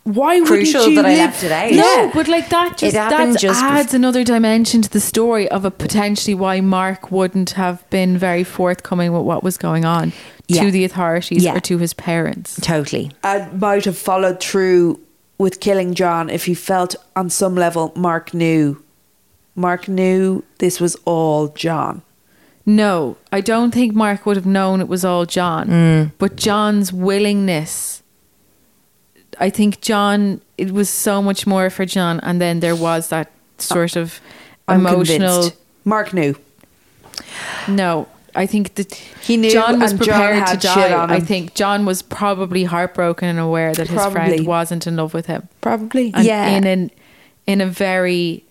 Speaker 3: why
Speaker 1: Crucial
Speaker 3: wouldn't you
Speaker 1: that I
Speaker 3: live
Speaker 1: left it out.
Speaker 3: No,
Speaker 2: No, but like that just
Speaker 1: happened
Speaker 2: that
Speaker 1: just bef-
Speaker 2: adds another dimension to the story of a potentially why Mark wouldn't have been very forthcoming with what was going on
Speaker 1: Yeah.
Speaker 2: to the authorities
Speaker 1: Yeah.
Speaker 2: or to his parents.
Speaker 1: Totally.
Speaker 3: and might have followed through with killing John if he felt on some level Mark knew. Mark knew this was all John.
Speaker 2: No, I don't think Mark would have known it was all John.
Speaker 3: Mm.
Speaker 2: But John's willingness, I think John, it was so much more for John. And then there was that sort of
Speaker 3: Uh, I'm
Speaker 2: emotional.
Speaker 3: convinced. Mark knew.
Speaker 2: No, I think that
Speaker 3: He knew
Speaker 2: John was
Speaker 3: and John
Speaker 2: prepared to
Speaker 3: had shit
Speaker 2: die.
Speaker 3: on
Speaker 2: I
Speaker 3: him.
Speaker 2: think John was probably heartbroken and aware that his
Speaker 3: Probably.
Speaker 2: friend wasn't in love with him.
Speaker 3: Probably.
Speaker 2: And
Speaker 1: Yeah.
Speaker 2: in an in a very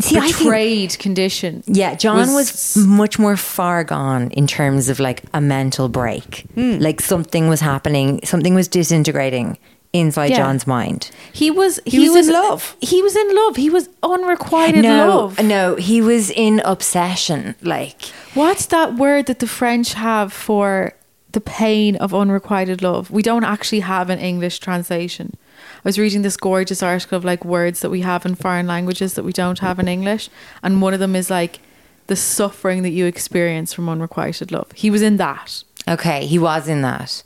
Speaker 1: See, I think
Speaker 2: betrayed condition.
Speaker 1: Yeah, John was, much more far gone in terms of like a mental break.
Speaker 3: Hmm.
Speaker 1: Like something was happening, something was disintegrating inside
Speaker 2: Yeah.
Speaker 1: John's mind.
Speaker 2: He was he,
Speaker 3: was in love.
Speaker 2: He was in love. He was unrequited
Speaker 1: no,
Speaker 2: love.
Speaker 1: no, he was in obsession. Like
Speaker 2: What's that word that the French have for the pain of unrequited love? We don't actually have an English translation. I was reading this gorgeous article of like words that we have in foreign languages that we don't have in English, and one of them is like the suffering that you experience from unrequited love. He was in that.
Speaker 1: Okay, he was in that.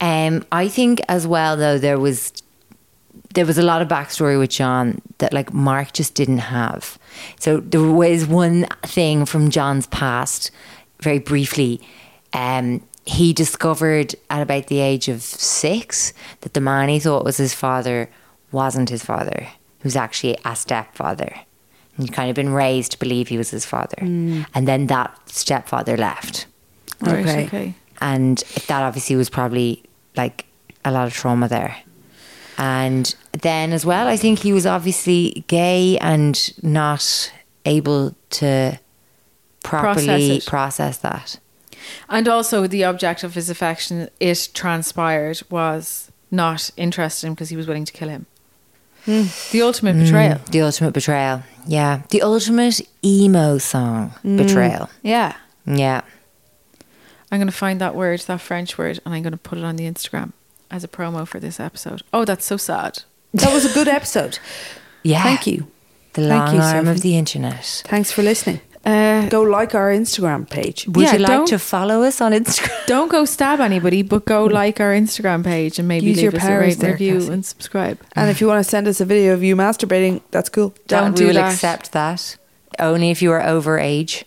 Speaker 1: Um, I think as well though there was there was a lot of backstory with John that like Mark just didn't have. So there was one thing from John's past, very briefly. Um, he discovered at about the age of six that the man he thought was his father wasn't his father. He was actually a stepfather. He'd kind of been raised to believe he was his father, and then that stepfather left
Speaker 2: Right,
Speaker 3: Okay.
Speaker 2: okay.
Speaker 1: and that obviously was probably like a lot of trauma there. And then as well, I think he was obviously gay and not able to properly
Speaker 2: Process it.
Speaker 1: process, that.
Speaker 2: And also, the object of his affection, it transpired, was not interested in him because he was willing to kill him. The ultimate betrayal.
Speaker 1: The ultimate betrayal. Yeah. The ultimate emo song betrayal.
Speaker 2: Yeah.
Speaker 1: Yeah.
Speaker 2: I'm going to find that word, that French word, and I'm going to put it on the Instagram as a promo for this episode. Oh, that's so sad.
Speaker 3: <laughs> That was a good episode.
Speaker 1: Yeah.
Speaker 3: Thank you.
Speaker 1: The
Speaker 3: Thank
Speaker 1: long
Speaker 3: you,
Speaker 1: arm of
Speaker 3: Sophie.
Speaker 1: the internet.
Speaker 3: Thanks for listening. <laughs>
Speaker 2: Uh,
Speaker 3: Go like our Instagram page.
Speaker 1: Would
Speaker 2: Yeah,
Speaker 1: you like
Speaker 2: don't-
Speaker 1: to follow us on Instagram?
Speaker 2: don't go stab anybody,
Speaker 3: <laughs>
Speaker 2: but go like our Instagram page and maybe
Speaker 3: Use
Speaker 2: leave
Speaker 3: your
Speaker 2: us a
Speaker 3: powers
Speaker 2: rate and
Speaker 3: there,
Speaker 2: review
Speaker 3: Cassie.
Speaker 2: and subscribe.
Speaker 3: And if you want to send us a video of you masturbating, that's cool.
Speaker 2: Don't
Speaker 1: we
Speaker 2: do
Speaker 1: will
Speaker 2: that.
Speaker 1: accept that. Only if you are over age.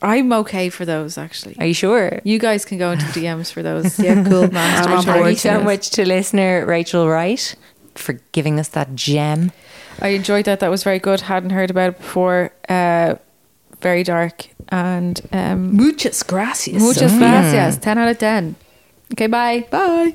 Speaker 2: I'm okay for those, actually.
Speaker 1: Are you sure?
Speaker 2: You guys can go into the DMs for
Speaker 3: <laughs>
Speaker 2: those.
Speaker 3: Yeah, cool. I'm on
Speaker 2: Master
Speaker 3: board.
Speaker 1: Thank you
Speaker 2: Chinese.
Speaker 1: so much to listener Rachel Wright for giving us that gem.
Speaker 2: I enjoyed that. That was very good. Hadn't heard about it before. Uh, very dark. And um,
Speaker 3: Muchas gracias.
Speaker 2: muchas Mm. gracias. 10 out of 10. Okay, bye.
Speaker 3: Bye.